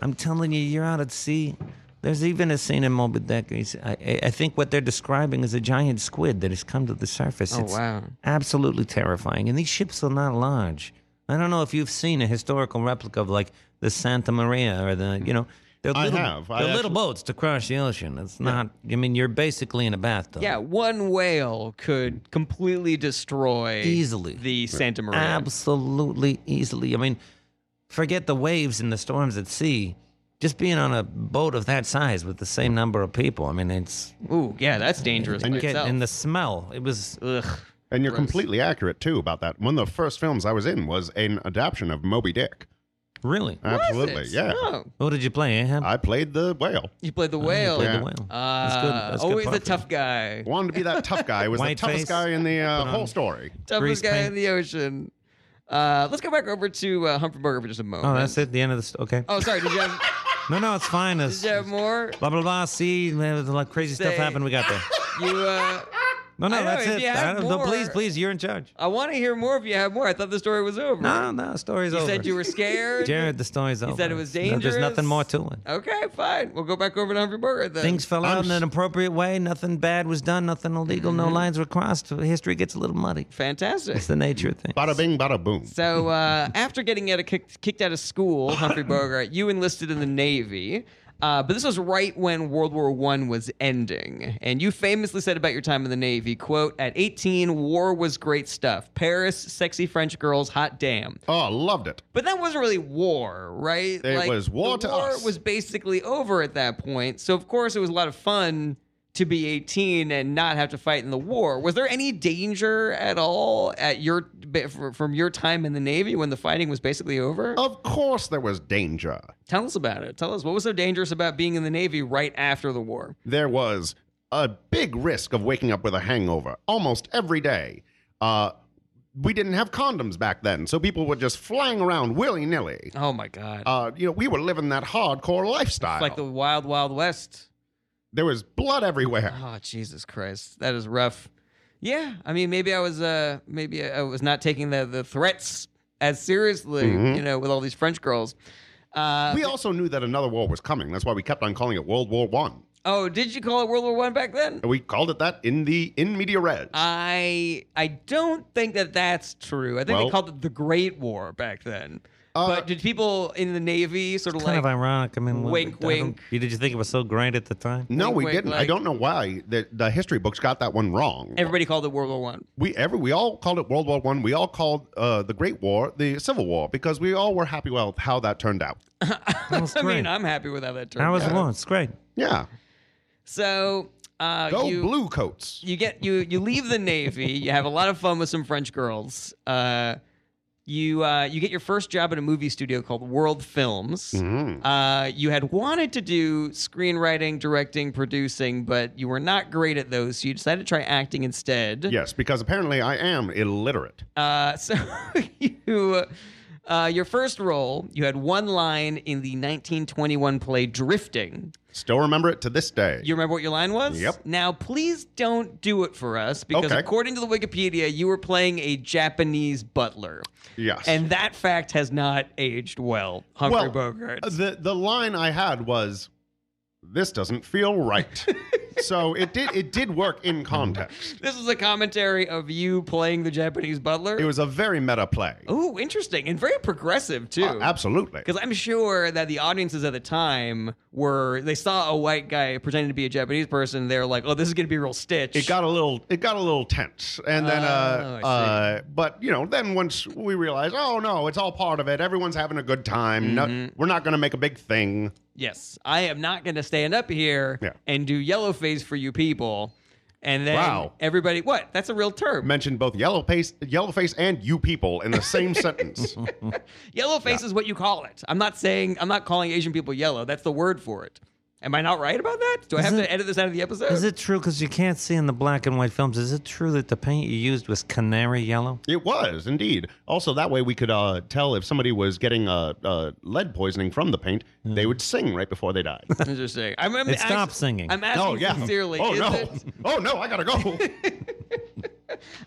Speaker 4: I'm telling you, you're out at sea. There's even a scene in Moby Dick. he's- I, I- I think what they're describing is a giant squid that has come to the surface.
Speaker 1: Oh
Speaker 4: It's
Speaker 1: wow.
Speaker 4: absolutely terrifying. And these ships are not large. I don't know if you've seen a historical replica of like the Santa Maria or the, you know, they're
Speaker 5: I
Speaker 4: little,
Speaker 5: have.
Speaker 4: They're
Speaker 5: I
Speaker 4: little
Speaker 5: actually-
Speaker 4: boats to cross the ocean. It's not. I mean, you're basically in a bathtub.
Speaker 1: Yeah, one whale could completely destroy
Speaker 4: Easily.
Speaker 1: the Santa Maria.
Speaker 4: absolutely easily. I mean, forget the waves and the storms at sea. Just being on a boat of that size with the same number of people. I mean, it's
Speaker 1: Ooh, yeah, that's dangerous. by
Speaker 4: get-
Speaker 1: itself.
Speaker 4: and the smell. It was
Speaker 1: Ugh.
Speaker 5: And you're
Speaker 1: Gross.
Speaker 5: completely accurate too about that. One of the first films I was in was an adaptation of Moby Dick.
Speaker 4: really.
Speaker 5: Absolutely,
Speaker 1: Was it?
Speaker 5: yeah.
Speaker 1: Oh,
Speaker 4: Who did you play? Ahab?
Speaker 5: I played the whale.
Speaker 1: you played the whale.
Speaker 4: Oh, played the
Speaker 5: Yeah.
Speaker 4: whale.
Speaker 1: Uh,
Speaker 4: That's good. That's good
Speaker 1: always
Speaker 4: part
Speaker 1: the
Speaker 4: for
Speaker 1: tough guy.
Speaker 5: Wanted to be that tough guy. I was the
Speaker 4: White
Speaker 5: toughest
Speaker 4: face.
Speaker 5: guy in the uh, whole story.
Speaker 1: Toughest
Speaker 4: Grease
Speaker 1: guy
Speaker 4: paint.
Speaker 1: in the ocean. Uh, let's go back over to uh, Humphrey Burger for just a moment.
Speaker 4: Oh, that's it. The end of the st- okay.
Speaker 1: Oh, sorry. Did you have,
Speaker 4: No, no, it's fine. It's,
Speaker 1: did you have more?
Speaker 4: blah blah blah. See, man, like crazy
Speaker 1: Say-
Speaker 4: stuff happened. We got there.
Speaker 1: You. Uh,
Speaker 4: No,
Speaker 1: I
Speaker 4: no,
Speaker 1: know,
Speaker 4: that's
Speaker 1: if
Speaker 4: it.
Speaker 1: you had
Speaker 4: I don't, no, please,
Speaker 1: more-
Speaker 4: please, you're in charge.
Speaker 1: I want to hear more if you have more. I thought the story was over.
Speaker 4: No, no, story's
Speaker 1: you
Speaker 4: over.
Speaker 1: said you were scared.
Speaker 4: Jared, the story's over.
Speaker 1: You said it was
Speaker 4: No,
Speaker 1: dangerous.
Speaker 4: there's nothing more to it.
Speaker 1: Okay, fine. We'll go back over to Humphrey Burger then.
Speaker 4: Things fell
Speaker 5: I'm
Speaker 4: out in
Speaker 5: s-
Speaker 4: an appropriate way. Nothing bad was done. Nothing illegal. No
Speaker 1: Mm-hmm.
Speaker 4: lines were crossed. History gets a little muddy.
Speaker 1: Fantastic.
Speaker 4: It's the nature of things.
Speaker 5: Bada bing, bada boom.
Speaker 1: So uh, after getting out of kick, kicked out of school, Humphrey Bogart, you enlisted in the Navy. Uh, but this was right when World War One was ending, and you famously said about your time in the Navy, "quote At 18, war was great stuff. Paris, sexy French girls, hot damn."
Speaker 5: Oh, loved it.
Speaker 1: But that wasn't really war, right?
Speaker 5: It was war
Speaker 1: the
Speaker 5: to
Speaker 1: war
Speaker 5: us.
Speaker 1: was basically over at that point. So of course it was a lot of fun to be 18 and not have to fight in the war. Was there any danger at all at your b- fr- from your time in the Navy when the fighting was basically over?
Speaker 5: Of course, there was danger.
Speaker 1: Tell us about it. Tell us what was so dangerous about being in the Navy right after the war?
Speaker 5: There was a big risk of waking up with a hangover almost every day. Uh, we didn't have condoms back then, so people were just flying around willy nilly.
Speaker 1: Oh my god.
Speaker 5: Uh, you know, we were living that hardcore lifestyle.
Speaker 1: like the wild wild west.
Speaker 5: there was blood everywhere.
Speaker 1: Oh Jesus Christ, that is rough. Yeah, I mean, maybe I was uh, maybe I was not taking the the threats as seriously,
Speaker 5: Mm-hmm.
Speaker 1: you know, with all these French girls. Uh,
Speaker 5: We also knew that another war was coming. That's why we kept on calling it World War One.
Speaker 1: oh, did you call it World War One back then?
Speaker 5: And we called it that in the in media res.
Speaker 1: I I don't think that that's true. I think they
Speaker 5: Well-
Speaker 1: called it the Great War back then.
Speaker 5: Uh,
Speaker 1: but did people in the Navy sort of
Speaker 4: Kind
Speaker 1: like
Speaker 4: of ironic. I mean, what-
Speaker 1: wink,
Speaker 4: I don't-
Speaker 1: wink.
Speaker 4: You, did you think it was so great at the time?
Speaker 5: No,
Speaker 1: Wink,
Speaker 5: we
Speaker 1: wink,
Speaker 5: didn't. I
Speaker 1: like-
Speaker 5: don't know why the, the history books got that one wrong.
Speaker 1: everybody called it World War One?
Speaker 5: we every we all called it World War One. We all called uh, the Great War the Civil War because we all were happy with how that turned out.
Speaker 4: That was
Speaker 1: I
Speaker 4: great.
Speaker 1: mean, I'm happy with how that turned
Speaker 4: I was
Speaker 1: out.
Speaker 4: one. It's great.
Speaker 5: Yeah,
Speaker 1: So uh,
Speaker 5: go
Speaker 1: you,
Speaker 5: blue coats.
Speaker 1: you get you you leave the navy you have a lot of fun with some french girls uh you uh, you get your first job at a movie studio called World Films. Uh, you had wanted to do screenwriting, directing, producing, but you were not great at those, so you decided to try acting instead.
Speaker 5: Yes, because apparently I am illiterate.
Speaker 1: Uh, so you, uh, your first role, you had one line in the 1921 play Drifting.
Speaker 5: Still remember it to this day.
Speaker 1: You remember what your line was?
Speaker 5: Yep.
Speaker 1: Now, please don't do it for us because,
Speaker 5: Okay.
Speaker 1: according to the Wikipedia, you were playing a Japanese butler.
Speaker 5: yes,
Speaker 1: And that fact has not aged well, Humphrey
Speaker 5: well, uh,
Speaker 1: Bogart.
Speaker 5: the the line I had was, "This doesn't feel right." so it did it did work in context.
Speaker 1: this is a commentary of you playing the Japanese butler.
Speaker 5: It was a very meta play.
Speaker 1: Ooh, interesting and very progressive too.
Speaker 5: Uh, absolutely.
Speaker 1: Because I'm sure that the audiences at the time were they saw a white guy pretending to be a Japanese person. They're like, "Oh, this is gonna be real Stitch."
Speaker 5: it got a little it got a little tense and then uh,
Speaker 1: Oh, I
Speaker 5: uh but you know then once we realized oh no it's all part of it everyone's having a good time no,
Speaker 1: Mm-hmm.
Speaker 5: we're not gonna make a big thing
Speaker 1: yes. I am not gonna stand up here
Speaker 5: Yeah.
Speaker 1: and do yellow face for you people. And then
Speaker 5: Wow.
Speaker 1: everybody, what? That's a real term.
Speaker 5: mentioned both yellow face yellow face and you people in the same sentence
Speaker 1: yellow face is what you call it. I'm not saying I'm not calling Asian people yellow. That's the word for it. Am I not right about that? Do I have
Speaker 4: it-
Speaker 1: to edit this out of the episode?
Speaker 4: Is it true? Because you can't see in the black and white films. Is it true that the paint you used was canary yellow?
Speaker 5: it was indeed also that way we could uh tell if somebody was getting uh, uh lead poisoning from the paint they would sing right before they died
Speaker 1: interesting? I'm, I'm
Speaker 4: It stopped singing.
Speaker 1: I'm asking
Speaker 5: oh yeah
Speaker 1: sincerely.
Speaker 5: oh
Speaker 1: is
Speaker 5: no
Speaker 1: it-
Speaker 5: oh no i gotta go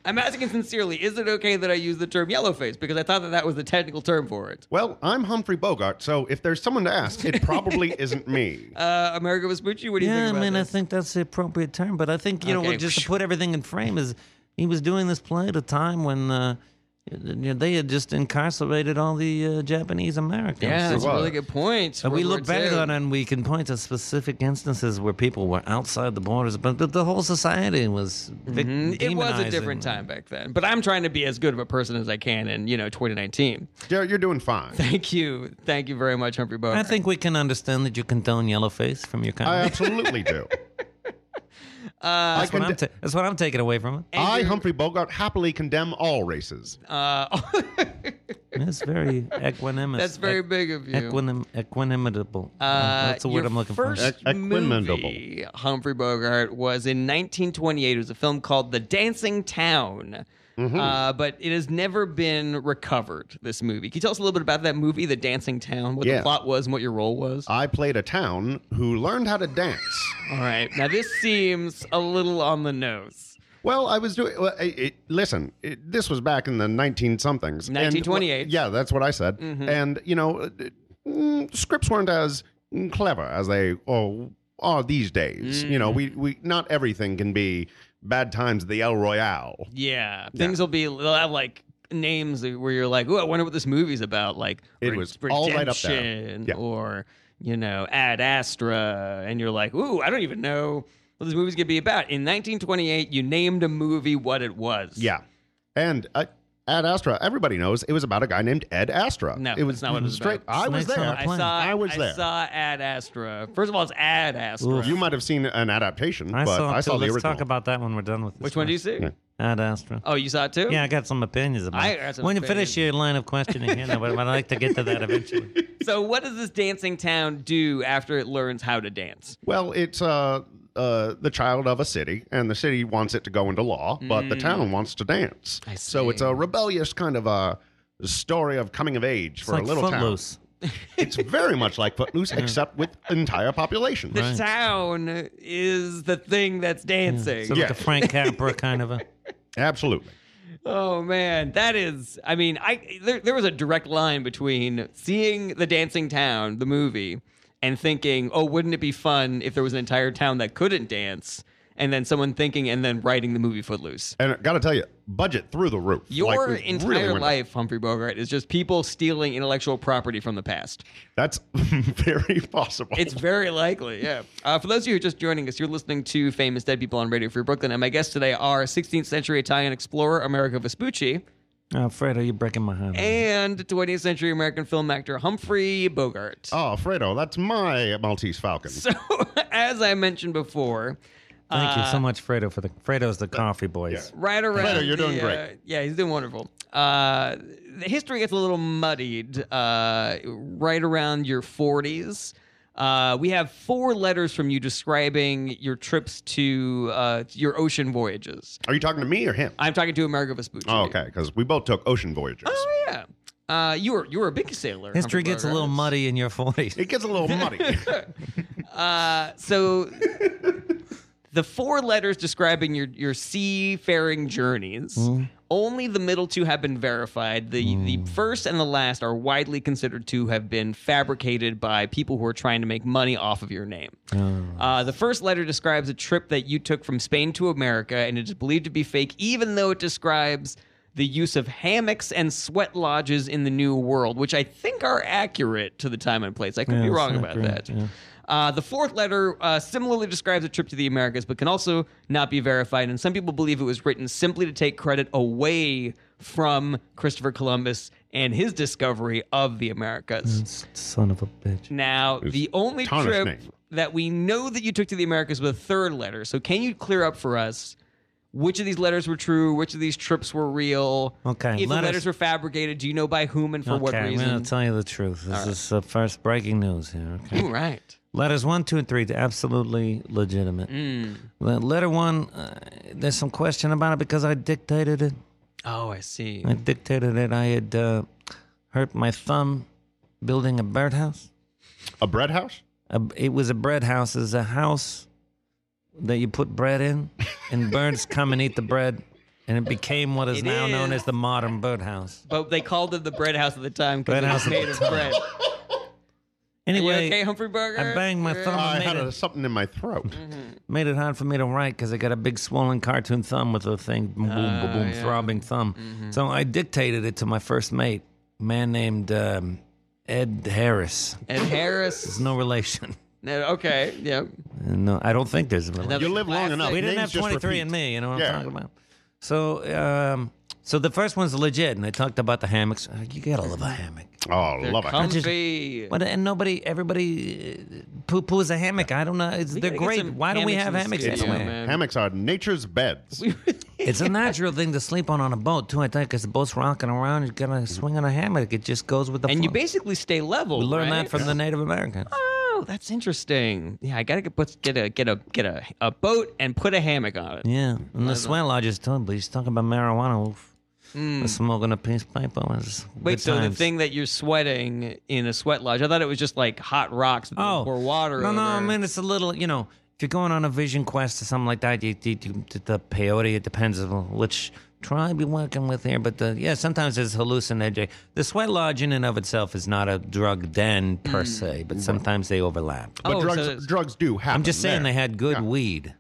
Speaker 1: I'm asking sincerely, is it okay that I use the term yellow face? Because I thought that that was the technical term for it.
Speaker 5: Well, I'm Humphrey Bogart, so if there's someone to ask, it probably isn't me.
Speaker 1: Uh, America Vespucci, what do you
Speaker 4: yeah,
Speaker 1: think about
Speaker 4: I mean,
Speaker 1: this?
Speaker 4: I think that's the appropriate term. But I think you know,
Speaker 1: Okay.
Speaker 4: just to put everything in frame, is he was doing this play at a time when uh, you know, they had just incarcerated all the uh, Japanese Americans.
Speaker 1: yeah, that's
Speaker 5: it
Speaker 1: a
Speaker 5: was.
Speaker 1: really good point.
Speaker 4: And we
Speaker 1: World
Speaker 4: look
Speaker 1: War
Speaker 4: back
Speaker 1: II.
Speaker 4: on it and we can point to specific instances where people were outside the borders, but the, the whole society was vic-
Speaker 1: Mm-hmm. It was a
Speaker 4: demonizing.
Speaker 1: different time back then, but I'm trying to be as good of a person as I can in you know 2019.
Speaker 5: Jared, you're doing fine.
Speaker 1: Thank you, thank you very much, Humphrey Bogart.
Speaker 4: I think we can understand that you condone yellow face from your
Speaker 5: I
Speaker 4: comedy.
Speaker 5: absolutely do. I,
Speaker 4: that's, what I'm
Speaker 5: conde-
Speaker 4: ta- that's what I'm taking away from it.
Speaker 5: I, Humphrey Bogart, happily condemn all races.
Speaker 1: uh,
Speaker 4: It's very equanimous.
Speaker 1: that's very
Speaker 4: Equ-
Speaker 1: big of you.
Speaker 4: Equinim- equanimitable.
Speaker 1: Uh,
Speaker 4: that's the word
Speaker 1: your
Speaker 4: I'm looking
Speaker 1: first
Speaker 4: for.
Speaker 5: Equ- equimendable.
Speaker 1: movie, Humphrey Bogart, was in 1928. It was a film called The Dancing Town.
Speaker 5: Mm-hmm.
Speaker 1: Uh, but it has never been recovered, this movie. Can you tell us a little bit about that movie, The Dancing Town, what the
Speaker 5: Yeah. Uh,
Speaker 1: plot was and what your role was?
Speaker 5: I played a town who learned how to dance.
Speaker 1: All right. Now, this seems a little on the nose.
Speaker 5: Well, I was doing. Well, it, it, listen, it, this was back in the nineteen somethings,
Speaker 1: 1928.
Speaker 5: Yeah, that's what I said.
Speaker 1: Mm-hmm.
Speaker 5: And you know, it- mm, scripts weren't as clever as they oh, are these days. You know, we we
Speaker 1: Mm-hmm.
Speaker 5: not everything can be bad times at the El Royale.
Speaker 1: Yeah. Things will be, they'll have like names where you're like, oh, I wonder what this movie's about. Like,
Speaker 5: It
Speaker 1: Re-
Speaker 5: was all right up there.
Speaker 1: Redemption
Speaker 5: Yeah.
Speaker 1: Or, you know, Ad Astra. And you're like, ooh, I don't even know what this movie's going to be about. In 1928, you named a movie what it was.
Speaker 5: Yeah, and uh, Ad Astra, everybody knows it was about a guy named Ed Astra.
Speaker 1: No,
Speaker 5: it was
Speaker 1: that's not what it was
Speaker 5: straight.
Speaker 1: about.
Speaker 5: I was
Speaker 4: Snakes on
Speaker 5: there.
Speaker 4: a
Speaker 1: I
Speaker 4: Plan.
Speaker 1: saw,
Speaker 5: I was there.
Speaker 1: saw Ad Astra. First of all, it's Ad Astra.
Speaker 5: You might have seen an adaptation,
Speaker 4: I
Speaker 5: but
Speaker 4: saw, it
Speaker 5: I saw
Speaker 4: too.
Speaker 5: the
Speaker 4: Let's
Speaker 5: original.
Speaker 4: talk about that when we're done with this.
Speaker 1: Which one do you
Speaker 4: first.
Speaker 1: see?
Speaker 4: Ad Astra.
Speaker 1: Oh, you saw it too?
Speaker 4: Yeah, I got some opinions about
Speaker 1: I
Speaker 4: it.
Speaker 1: got some
Speaker 4: when you finish your line of questioning, you know, but I'd like to get to that eventually.
Speaker 1: So, what does this dancing town do after it learns how to dance?
Speaker 5: Well, it's uh, uh, the child of a city, and the city wants it to go into law, but the town wants to dance.
Speaker 1: Mm. I
Speaker 5: So it's
Speaker 1: see.
Speaker 5: a rebellious kind of a story of coming of age
Speaker 4: It's
Speaker 5: for
Speaker 4: like
Speaker 5: a little
Speaker 4: Footloose.
Speaker 5: town. It's very much like Footloose, except with entire population.
Speaker 1: The
Speaker 4: Right.
Speaker 1: town is the thing that's dancing.
Speaker 4: Sort
Speaker 5: Yeah.
Speaker 4: of like a Frank Capra kind of a.
Speaker 5: Absolutely.
Speaker 1: Oh man, that is. I mean, I there, there was a direct line between seeing the Dancing Town, the movie, and thinking, oh, wouldn't it be fun if there was an entire town that couldn't dance? and then someone thinking and then writing the movie Footloose.
Speaker 5: And I gotta tell you, budget through the roof. Like,
Speaker 1: Your
Speaker 5: we really
Speaker 1: entire
Speaker 5: went-
Speaker 1: life, Humphrey Bogart, is just people stealing intellectual property from the past.
Speaker 5: That's very possible.
Speaker 1: It's very likely, yeah. Uh, for those of you who are just joining us, you're listening to Famous Dead People on Radio Free Brooklyn, and my guests today are 16th century Italian explorer Amerigo Vespucci
Speaker 4: Oh, Fred, are you breaking my heart?
Speaker 1: and 20th century American film actor Humphrey Bogart.
Speaker 5: oh, Fredo, that's my Maltese Falcon.
Speaker 1: So, as I mentioned before,
Speaker 4: Thank you so much, Fredo, for the Fredo's the coffee boys.
Speaker 5: yeah.
Speaker 1: right around.
Speaker 5: Fredo, you're
Speaker 1: the,
Speaker 5: doing great.
Speaker 1: uh, yeah, he's doing wonderful. Uh, the history gets a little muddied uh, right around your 40s. Uh, we have four letters from you describing your trips to uh, your ocean voyages.
Speaker 5: Are you talking to me or him?
Speaker 1: I'm talking to Amerigo Vespucci.
Speaker 5: oh, okay, because we both took ocean voyages.
Speaker 1: Oh yeah. Uh, you were you were a big sailor.
Speaker 4: History
Speaker 1: Humphrey
Speaker 4: gets a
Speaker 1: Bogart.
Speaker 4: little muddy in your 40s.
Speaker 5: It gets a little muddy.
Speaker 1: Uh, so the four letters describing your your seafaring journeys. Only the middle two have been verified. The the first and the last are widely considered to have been fabricated by people who are trying to make money off of your name. Uh, the first letter describes a trip that you took from Spain to America, and it is believed to be fake, even though it describes the use of hammocks and sweat lodges in the New World, which I think are accurate to the time and place. I could be
Speaker 4: it's
Speaker 1: wrong about
Speaker 4: accurate,
Speaker 1: that.
Speaker 4: yeah.
Speaker 1: Uh, the fourth letter uh, similarly describes a trip to the Americas, but can also not be verified. And some people believe it was written simply to take credit away from Christopher Columbus and his discovery of the Americas.
Speaker 4: Mm, Son of a bitch.
Speaker 1: Now, the only
Speaker 5: Tana's
Speaker 1: trip
Speaker 5: name.
Speaker 1: that we know that you took to the Americas was a third letter. So, can you clear up for us which of these letters were true? Which of these trips were real?
Speaker 4: Okay,
Speaker 1: If the
Speaker 4: letters-
Speaker 1: letters were fabricated, do you know by whom and for
Speaker 4: okay,
Speaker 1: what
Speaker 4: I'm going
Speaker 1: reason?
Speaker 4: to tell you the truth. This is uh, first breaking news here. Okay.
Speaker 1: Ooh, right.
Speaker 4: Letters one, two, and three, they're absolutely legitimate.
Speaker 1: Hmm.
Speaker 4: Le- Letter one, uh, there's some question about it because I dictated it.
Speaker 1: Oh, I see.
Speaker 4: I dictated it. I had uh, hurt my thumb building a birdhouse.
Speaker 5: a bread house?
Speaker 4: A, it was a bread house. It's a house that you put bread in, and birds come and eat the bread, and it became what is
Speaker 1: It
Speaker 4: now known
Speaker 1: is.
Speaker 4: as the modern birdhouse.
Speaker 1: But they called it the bread house at the time because
Speaker 4: Bread
Speaker 1: it
Speaker 4: house
Speaker 1: was
Speaker 4: at
Speaker 1: made
Speaker 4: the
Speaker 1: of bread. You
Speaker 4: Anyway,
Speaker 1: okay, Humphrey Burger?
Speaker 4: I banged my thumb.
Speaker 5: Oh, I
Speaker 4: and
Speaker 5: had
Speaker 4: made
Speaker 5: a,
Speaker 4: it,
Speaker 5: something in my throat.
Speaker 4: Mm-hmm. made it hard for me to write because I got a big swollen cartoon thumb with a thing, boom,
Speaker 1: Ah,
Speaker 4: boom, boom, boom, throbbing thumb.
Speaker 1: Mm-hmm.
Speaker 4: So I dictated it to my first mate, a man named um, Ed Harris.
Speaker 1: And Harris.
Speaker 4: There's no relation.
Speaker 1: No, okay, yeah.
Speaker 4: No, I don't think there's a relation.
Speaker 5: You live long
Speaker 1: Classic.
Speaker 5: enough.
Speaker 4: We didn't
Speaker 5: names
Speaker 4: have
Speaker 5: just
Speaker 4: 23
Speaker 5: repeat.
Speaker 4: and me, you know what
Speaker 5: Yeah.
Speaker 4: I'm talking about? So, um, so the first one's legit, and I talked about the hammocks. Uh, You gotta love a hammock.
Speaker 5: Oh,
Speaker 1: They're
Speaker 5: love it.
Speaker 1: comfy.
Speaker 4: But, and nobody, everybody uh, poo poos a hammock. I don't know. It's, they're
Speaker 1: gotta get
Speaker 4: great.
Speaker 1: some
Speaker 4: Why don't we
Speaker 1: hammocks
Speaker 4: have
Speaker 1: in the
Speaker 4: hammocks
Speaker 1: studio,
Speaker 4: everywhere?
Speaker 1: man.
Speaker 5: Hammocks are nature's beds.
Speaker 4: It's a natural thing to sleep on on a boat, too, I think, because the boat's rocking around. You're gonna swing on a hammock. It just goes with the
Speaker 1: Mm-hmm. and you
Speaker 4: flow.
Speaker 1: basically stay level.
Speaker 4: We learned
Speaker 1: right?
Speaker 4: that from the Native Americans.
Speaker 1: Oh, that's interesting. Yeah, I gotta get put, get a get a get a, a boat and put a hammock on it.
Speaker 4: Yeah. And the sweat lodges, too. But he's talking about marijuana. Oof. I'm Smoking a piece of pipe. Oh, it's
Speaker 1: Mm. Wait,
Speaker 4: good
Speaker 1: so the
Speaker 4: times.
Speaker 1: thing that you're sweating in a sweat lodge, I thought it was just like hot rocks that
Speaker 4: Oh,
Speaker 1: oh, pour water.
Speaker 4: No,
Speaker 1: over.
Speaker 4: no, I mean it's a little. You know, if you're going on a vision quest or something like that, you, you, you the peyote. It depends on which tribe you're working with here. But the, yeah, sometimes it's hallucinogenic. The sweat lodge in and of itself is not a drug den per se, but sometimes they overlap.
Speaker 5: But
Speaker 1: Mm. Oh, so
Speaker 5: drugs,
Speaker 1: it's-
Speaker 5: drugs do happen.
Speaker 4: I'm just saying
Speaker 5: there.
Speaker 4: they had good weed.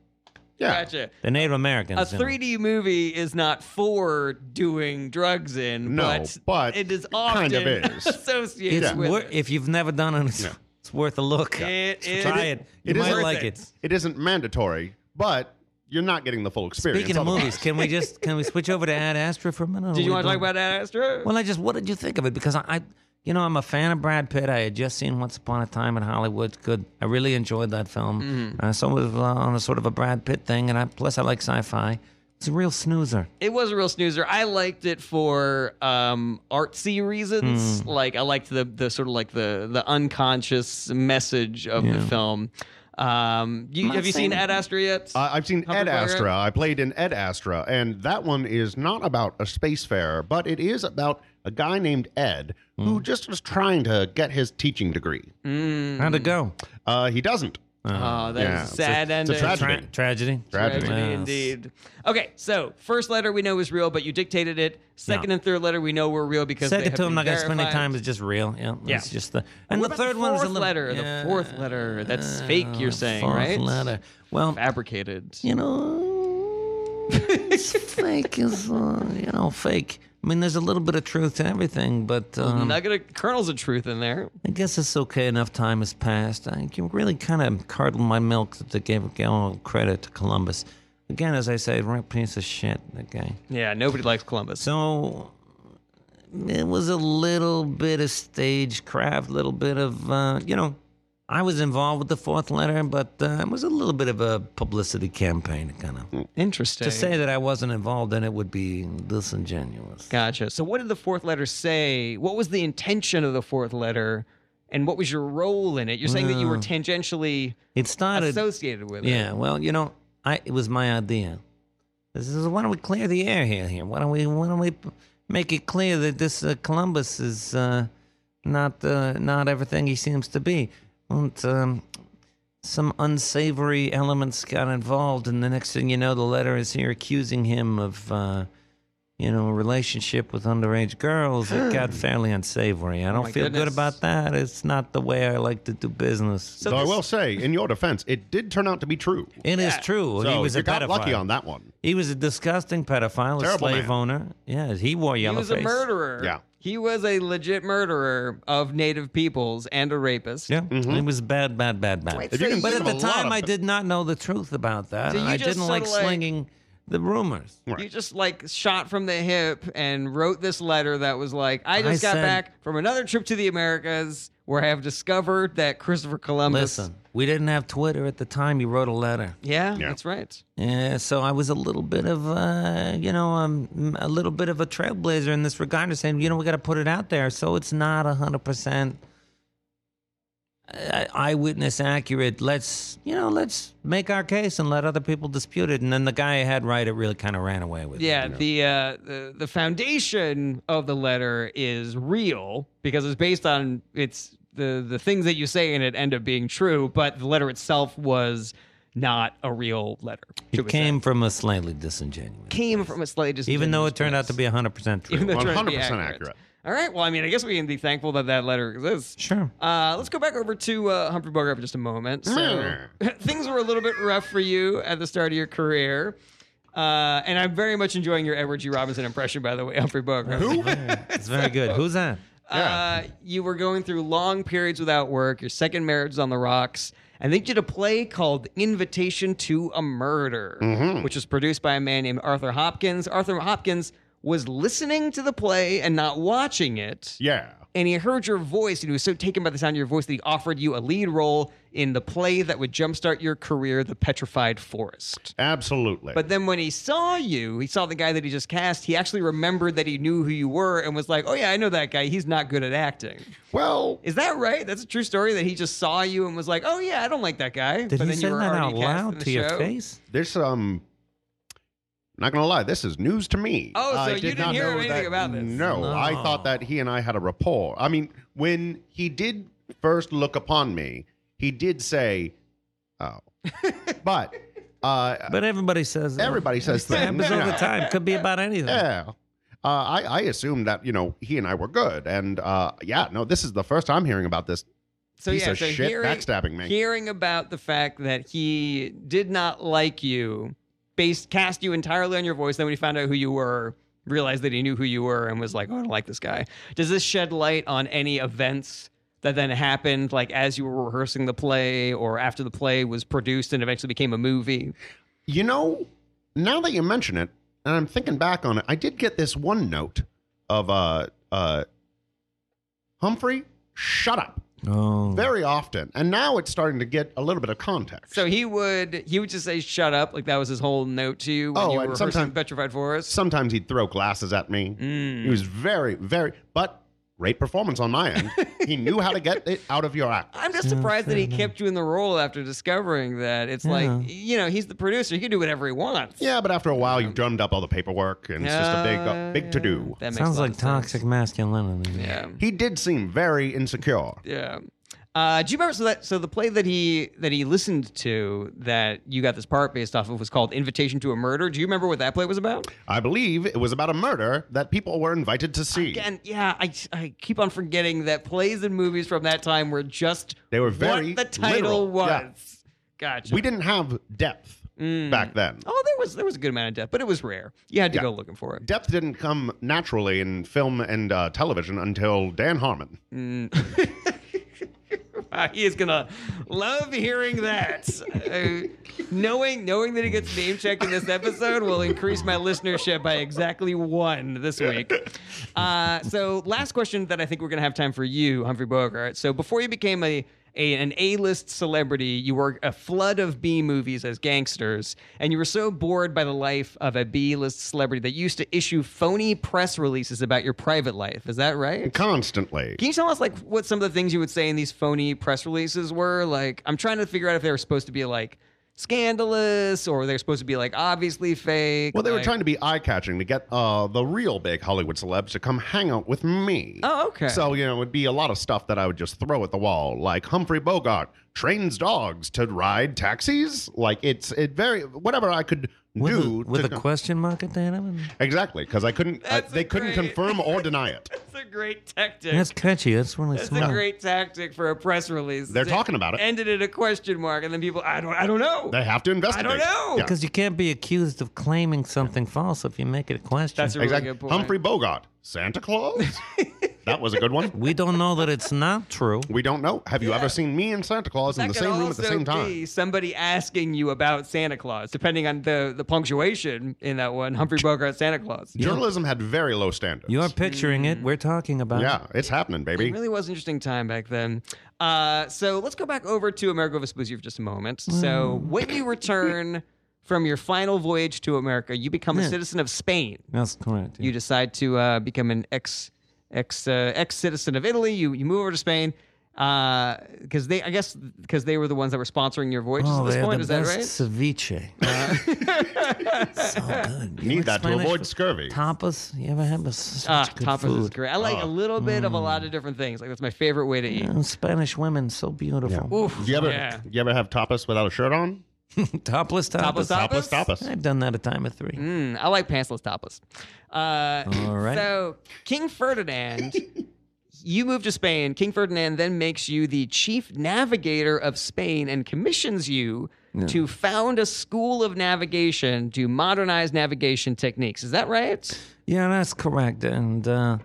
Speaker 5: Yeah.
Speaker 1: Gotcha.
Speaker 4: The Native Americans.
Speaker 1: A
Speaker 4: you know.
Speaker 1: 3D movie is not for doing drugs in,
Speaker 5: No,
Speaker 1: but,
Speaker 5: but
Speaker 1: it is often
Speaker 5: kind of is.
Speaker 1: associated
Speaker 4: It's
Speaker 1: with.
Speaker 4: wor- if you've never done it, it's, it's worth a look.
Speaker 1: It is-
Speaker 4: Try it. You
Speaker 5: it is
Speaker 4: might
Speaker 5: worth
Speaker 4: like
Speaker 1: it.
Speaker 4: it.
Speaker 5: It isn't mandatory, but you're not getting the full experience.
Speaker 4: Speaking of
Speaker 5: otherwise.
Speaker 4: movies, can we just can we switch over to Ad Astra for a minute?
Speaker 1: Did you
Speaker 4: want to
Speaker 1: talk about that, Astro?
Speaker 4: Well, I just, what did you think of it? Because I, I, you know, I'm a fan of Brad Pitt. I had just seen Once Upon a Time in Hollywood. Good. I really enjoyed that film.
Speaker 1: Mm-hmm.
Speaker 4: Uh, so it was uh, on a sort of a Brad Pitt thing, and I, plus I like sci-fi. It's a real snoozer.
Speaker 1: it was a real snoozer. I liked it for um, artsy
Speaker 4: Hmm.
Speaker 1: reasons. Like I liked the the sort of like the the unconscious message of the film. Um, you, have you seen Ad Astra yet?
Speaker 5: Uh, I've seen
Speaker 1: Humphrey
Speaker 5: Ed
Speaker 1: Bogart?
Speaker 5: Astra. I played in Ed Astra, and that one is not about a spacefarer, but it is about a guy named Ed
Speaker 4: Hmm.
Speaker 5: who just was trying to get his teaching degree.
Speaker 1: Mm-hmm.
Speaker 4: How'd it go?
Speaker 5: Uh, he doesn't.
Speaker 1: Uh, that's
Speaker 5: yeah,
Speaker 1: a
Speaker 5: it's a-
Speaker 1: sad
Speaker 5: it's a
Speaker 1: ending.
Speaker 5: tragedy.
Speaker 4: Tra- tragedy.
Speaker 5: Tragedy.
Speaker 1: Tragedy
Speaker 4: Yes.
Speaker 1: indeed. Okay, so first letter we know is real, but you dictated it. Second
Speaker 4: Yeah.
Speaker 1: and third letter we know were real because they
Speaker 4: Second
Speaker 1: have
Speaker 4: to him,
Speaker 1: been
Speaker 4: not gonna spend any
Speaker 1: verified.
Speaker 4: time. It's just real. Yeah,
Speaker 1: Yeah.
Speaker 4: It's just the and
Speaker 1: What
Speaker 4: the
Speaker 1: about the
Speaker 4: third one is a
Speaker 1: fourth
Speaker 4: little Uh,
Speaker 1: letter? The fourth letter. That's fake, you're saying,
Speaker 4: fourth
Speaker 1: right?
Speaker 4: letter. Well,
Speaker 1: Fabricated.
Speaker 4: you know, it's fake is uh, you know fake. I mean, there's a little bit of truth to everything, but um,
Speaker 1: Nugget of kernels of truth in there.
Speaker 4: I guess it's okay. Enough time has passed. I you really kind of curdled my milk that they gave, gave all credit to Columbus. Again, as I say, right piece of shit. Okay,
Speaker 1: Yeah, nobody likes Columbus.
Speaker 4: so it was a little bit of stagecraft, a little bit of uh, you know. I was involved with the fourth letter, but uh, it was a little bit of a publicity campaign, kind of.
Speaker 1: Interesting.
Speaker 4: To say that I wasn't involved in it would be disingenuous.
Speaker 1: Gotcha. So, what did the fourth letter say? What was the intention of the fourth letter, and what was your role in it? You're saying that you were tangentially
Speaker 4: It started.
Speaker 1: associated with it.
Speaker 4: Hmm. Yeah, well, you know, I it was my idea. This is why don't we clear the air here? Here, why don't we? Why don't we p- make it clear that this uh, Columbus is uh, not uh, not everything he seems to be? And, um, some unsavory elements got involved, and the next thing you know, the letter is here accusing him of. Uh, you know, relationship with underage girls, it got fairly unsavory. I
Speaker 1: Hmm.
Speaker 4: don't
Speaker 1: Oh my
Speaker 4: feel good
Speaker 1: goodness.
Speaker 4: about that. It's not the way I like to do business.
Speaker 1: So
Speaker 5: Though I
Speaker 1: this-
Speaker 5: will say, in your defense, it did turn out to be true.
Speaker 4: it is true.
Speaker 5: So
Speaker 4: he was
Speaker 5: you
Speaker 4: a
Speaker 5: got
Speaker 4: pedophile.
Speaker 5: lucky on that one.
Speaker 4: He was a disgusting pedophile, a
Speaker 5: Terrible
Speaker 4: slave
Speaker 5: man.
Speaker 4: owner. Yeah, he wore
Speaker 1: He
Speaker 4: yellow
Speaker 1: was
Speaker 4: face.
Speaker 1: a murderer.
Speaker 5: Yeah.
Speaker 1: He was a legit murderer of native peoples and a rapist.
Speaker 4: Yeah, he was bad, bad, bad, bad.
Speaker 5: Mm-hmm. If you can
Speaker 4: But
Speaker 5: think
Speaker 4: at
Speaker 5: of
Speaker 4: the
Speaker 5: a lot
Speaker 4: time,
Speaker 5: of
Speaker 4: I
Speaker 5: pe-
Speaker 4: did not know the truth about that,
Speaker 1: So
Speaker 4: and
Speaker 1: you
Speaker 4: I
Speaker 1: just
Speaker 4: didn't
Speaker 1: sorta
Speaker 4: like
Speaker 1: like-
Speaker 4: slinging the rumors.
Speaker 1: You just like shot from the hip and wrote this letter that was like, I just
Speaker 4: I
Speaker 1: got
Speaker 4: said-
Speaker 1: back from another trip to the Americas where I have discovered that Christopher Columbus.
Speaker 4: Listen, we didn't have Twitter at the time. You wrote a letter,
Speaker 1: Yeah,
Speaker 5: Yeah.
Speaker 1: that's right.
Speaker 4: yeah, so I was a little bit of, uh, you know, um, a little bit of a trailblazer in this regard, to saying, you know, we got to put it out there, so it's not hundred percent uh, eyewitness accurate. Let's you know, let's make our case and let other people dispute it. And then the guy I had right, it really kind of ran away with.
Speaker 1: Yeah,
Speaker 4: it.
Speaker 1: the, uh, the the foundation of the letter is real because it's based on it's the the things that you say in it end up being true, but the letter itself was not a real letter. shall
Speaker 4: it
Speaker 1: we say.
Speaker 4: came from a slightly disingenuous,
Speaker 1: came from a slightly just
Speaker 4: even though it turned out to be hundred percent true.
Speaker 1: even though it turned out to be
Speaker 5: 100%
Speaker 1: accurate.
Speaker 5: accurate.
Speaker 1: All right. Well, I mean, I guess we can be thankful that that letter exists.
Speaker 4: sure.
Speaker 1: Uh, let's go back over to uh, Humphrey Bogart for just a moment. So, things were a little bit rough for you at the start of your career. Uh, and I'm very much enjoying your Edward G. Robinson impression, by the way, Humphrey Bogart. Who?
Speaker 4: It's very good. Who's that?
Speaker 1: Uh, you were going through long periods without work. Your second marriage is on the rocks. And they did a play called Invitation to a Murder, which was produced by a man named Arthur Hopkins. Arthur Hopkins was listening to the play and not watching it
Speaker 5: Yeah.
Speaker 1: and he heard your voice and he was so taken by the sound of your voice that he offered you a lead role in the play that would jumpstart your career, The Petrified Forest.
Speaker 5: Absolutely.
Speaker 1: But then when he saw you, he saw the guy that he just cast, he actually remembered that he knew who you were and was like, oh yeah, I know that guy. He's not good at acting.
Speaker 5: well,
Speaker 1: Is that right? That's a true story that he just saw you and was like, oh yeah, I don't like that guy. but
Speaker 4: Did he
Speaker 1: then
Speaker 4: say
Speaker 1: you were
Speaker 4: that out
Speaker 1: already cast in
Speaker 4: loud
Speaker 1: the
Speaker 4: to your
Speaker 1: show.
Speaker 4: face?
Speaker 5: there's some. not gonna lie, this is news to me.
Speaker 1: Oh, so
Speaker 5: I
Speaker 1: you didn't
Speaker 5: not
Speaker 1: hear
Speaker 5: know
Speaker 1: anything
Speaker 5: that-
Speaker 1: about this?
Speaker 5: No,
Speaker 4: No.
Speaker 5: I thought that he and I had a rapport. I mean, when he did first look upon me, he did say, "Oh," but uh,
Speaker 4: But everybody says that.
Speaker 5: Everybody says
Speaker 4: It happens
Speaker 5: things,
Speaker 4: all
Speaker 5: yeah.
Speaker 4: the time. Could be about anything.
Speaker 5: Yeah. Uh, I, I assumed that, you know, he and I were good. And uh, yeah, no, this is the first I'm hearing about this
Speaker 1: So
Speaker 5: piece
Speaker 1: yeah,
Speaker 5: of
Speaker 1: so
Speaker 5: shit
Speaker 1: hearing,
Speaker 5: backstabbing me.
Speaker 1: hearing about the fact that he did not like you, based cast you entirely on your voice. Then when he found out who you were, realized that he knew who you were and was like, "Oh, I don't like this guy." Does this shed light on any events that then happened, like as you were rehearsing the play or after the play was produced and eventually became a movie?
Speaker 5: you know, now that you mention it, and I'm thinking back on it, I did get this one note of uh, uh, Humphrey, shut up
Speaker 4: Oh.
Speaker 1: Hmm.
Speaker 5: very often. And now it's starting to get a little bit of context.
Speaker 1: So he would he would just say, "Shut up!" Like that was his whole note to you when
Speaker 5: Oh,
Speaker 1: you were
Speaker 5: and
Speaker 1: rehearsing
Speaker 5: sometime-
Speaker 1: Petrified Forest.
Speaker 5: Sometimes he'd throw glasses at me.
Speaker 1: Mm.
Speaker 5: He was very, very, but great performance on my end. he knew how to get it out of your act.
Speaker 1: I'm just surprised that he kept you in the role after discovering that. It's
Speaker 4: Yeah.
Speaker 1: like, you know, he's the producer. He can do whatever he wants.
Speaker 5: Yeah, but after a while, you've drummed up all the paperwork, and it's just a big,
Speaker 1: Yeah,
Speaker 5: uh, big to do.
Speaker 1: That makes
Speaker 4: Sounds
Speaker 1: a lot
Speaker 4: like
Speaker 1: of sense.
Speaker 4: toxic masculinity.
Speaker 1: Yeah.
Speaker 5: He did seem very insecure.
Speaker 1: Yeah. Uh, do you remember? So that so the play that he that he listened to that you got this part based off of was called "Invitation to a Murder." Do you remember what that play was about?
Speaker 5: I believe it was about a murder that people were invited to see.
Speaker 1: And yeah, I, I keep on forgetting that plays and movies from that time were just
Speaker 5: They were very
Speaker 1: what the title
Speaker 5: literal.
Speaker 1: was.
Speaker 5: Yeah.
Speaker 1: Gotcha.
Speaker 5: we didn't have depth back then.
Speaker 1: oh, there was there was a good amount of death, but it was rare. You had to
Speaker 5: Yeah.
Speaker 1: go looking for it.
Speaker 5: Depth didn't come naturally in film and uh, television until Dan Harmon.
Speaker 1: Uh, he is gonna love hearing that. Uh, knowing knowing that he gets name checked in this episode will increase my listenership by exactly one this week. Uh, so, last question that I think we're gonna have time for you, Humphrey Bogart. So, before you became a, a an A list celebrity, you were a flood of B movies as gangsters, and you were so bored by the life of a B list celebrity that you used to issue phony press releases about your private life. Is that right?
Speaker 5: Constantly.
Speaker 1: Can you tell us like what some of the things you would say in these phony press releases were? Like, I'm trying to figure out if they were supposed to be like scandalous or they're supposed to be like obviously fake.
Speaker 5: Well, they were
Speaker 1: like-
Speaker 5: trying to be eye catching to get uh, the real big Hollywood celebs to come hang out with me.
Speaker 1: Oh, okay.
Speaker 5: So, you know, it would be a lot of stuff that I would just throw at the wall, like Humphrey Bogart trains dogs to ride taxis. Like, it's it very, whatever I could
Speaker 4: With,
Speaker 5: do.
Speaker 4: a, with
Speaker 5: to
Speaker 4: a
Speaker 5: con-
Speaker 4: question mark at the end of it?
Speaker 5: Exactly, because I couldn't, I,
Speaker 1: That's a
Speaker 5: they couldn't
Speaker 1: great-
Speaker 5: confirm or deny it.
Speaker 1: That's a great tactic.
Speaker 4: That's catchy. That's really
Speaker 1: That's
Speaker 4: smart.
Speaker 1: a great tactic for a press release.
Speaker 5: They're
Speaker 1: It
Speaker 5: talking about it.
Speaker 1: Ended in a question mark, and then people, I don't, I don't know.
Speaker 5: They have to
Speaker 1: I
Speaker 5: investigate.
Speaker 1: don't know.
Speaker 5: Yeah.
Speaker 4: Because you can't be accused of claiming something false if you make it a question.
Speaker 1: That's a really
Speaker 5: Exactly.
Speaker 1: good point.
Speaker 5: Humphrey Bogart, Santa Claus? that was a good one.
Speaker 4: we don't know that it's not true.
Speaker 5: We don't know. Have you ever seen me and Santa Claus in the
Speaker 1: That
Speaker 5: same
Speaker 1: could
Speaker 5: room at the
Speaker 1: also
Speaker 5: same time?
Speaker 1: Be somebody asking you about Santa Claus, depending on the the punctuation in that one. Humphrey Bogart, Santa Claus.
Speaker 5: Journalism had very low standards.
Speaker 4: You're picturing it. We're talking about it.
Speaker 5: yeah, it's happening, baby.
Speaker 1: It really was an interesting time back then. Uh, so let's go back over to America Vespucci for just a moment. So when you return from your final voyage to America, you become a
Speaker 4: Yeah.
Speaker 1: citizen of Spain.
Speaker 4: That's correct. yeah.
Speaker 1: You decide to uh, become an ex ex uh, ex citizen of Italy. You you move over to Spain because they I guess because they were the ones that were sponsoring your voyages
Speaker 4: Oh,
Speaker 1: at this
Speaker 4: they
Speaker 1: point.
Speaker 4: had
Speaker 1: Is
Speaker 4: the
Speaker 1: that
Speaker 4: best
Speaker 1: right? Uh.
Speaker 4: ceviche. so good. You
Speaker 5: Need
Speaker 4: like
Speaker 5: that to
Speaker 4: Spanish
Speaker 5: avoid
Speaker 4: food?
Speaker 5: scurvy.
Speaker 4: Tapas. You ever had this?
Speaker 1: Ah,
Speaker 4: Such good
Speaker 1: tapas
Speaker 4: food. Oh, mm.
Speaker 1: is great. I like a little bit of a lot of different things. Like that's my favorite way to eat.
Speaker 4: And Mm, Spanish women, so beautiful.
Speaker 1: Oof.
Speaker 5: Do you ever,
Speaker 1: yeah.
Speaker 5: do you ever have tapas without a shirt on?
Speaker 4: Topless
Speaker 1: Tapas,
Speaker 4: tapas.
Speaker 1: tapas,
Speaker 5: Tapas.
Speaker 4: I've done that a time of three.
Speaker 1: Mm, I like pantsless tapas. Uh,
Speaker 4: All right.
Speaker 1: So, King Ferdinand, you move to Spain. King Ferdinand then makes you the chief navigator of Spain and commissions you to found a school of navigation to modernize navigation techniques. Is that right?
Speaker 4: Yeah, that's correct. And uh,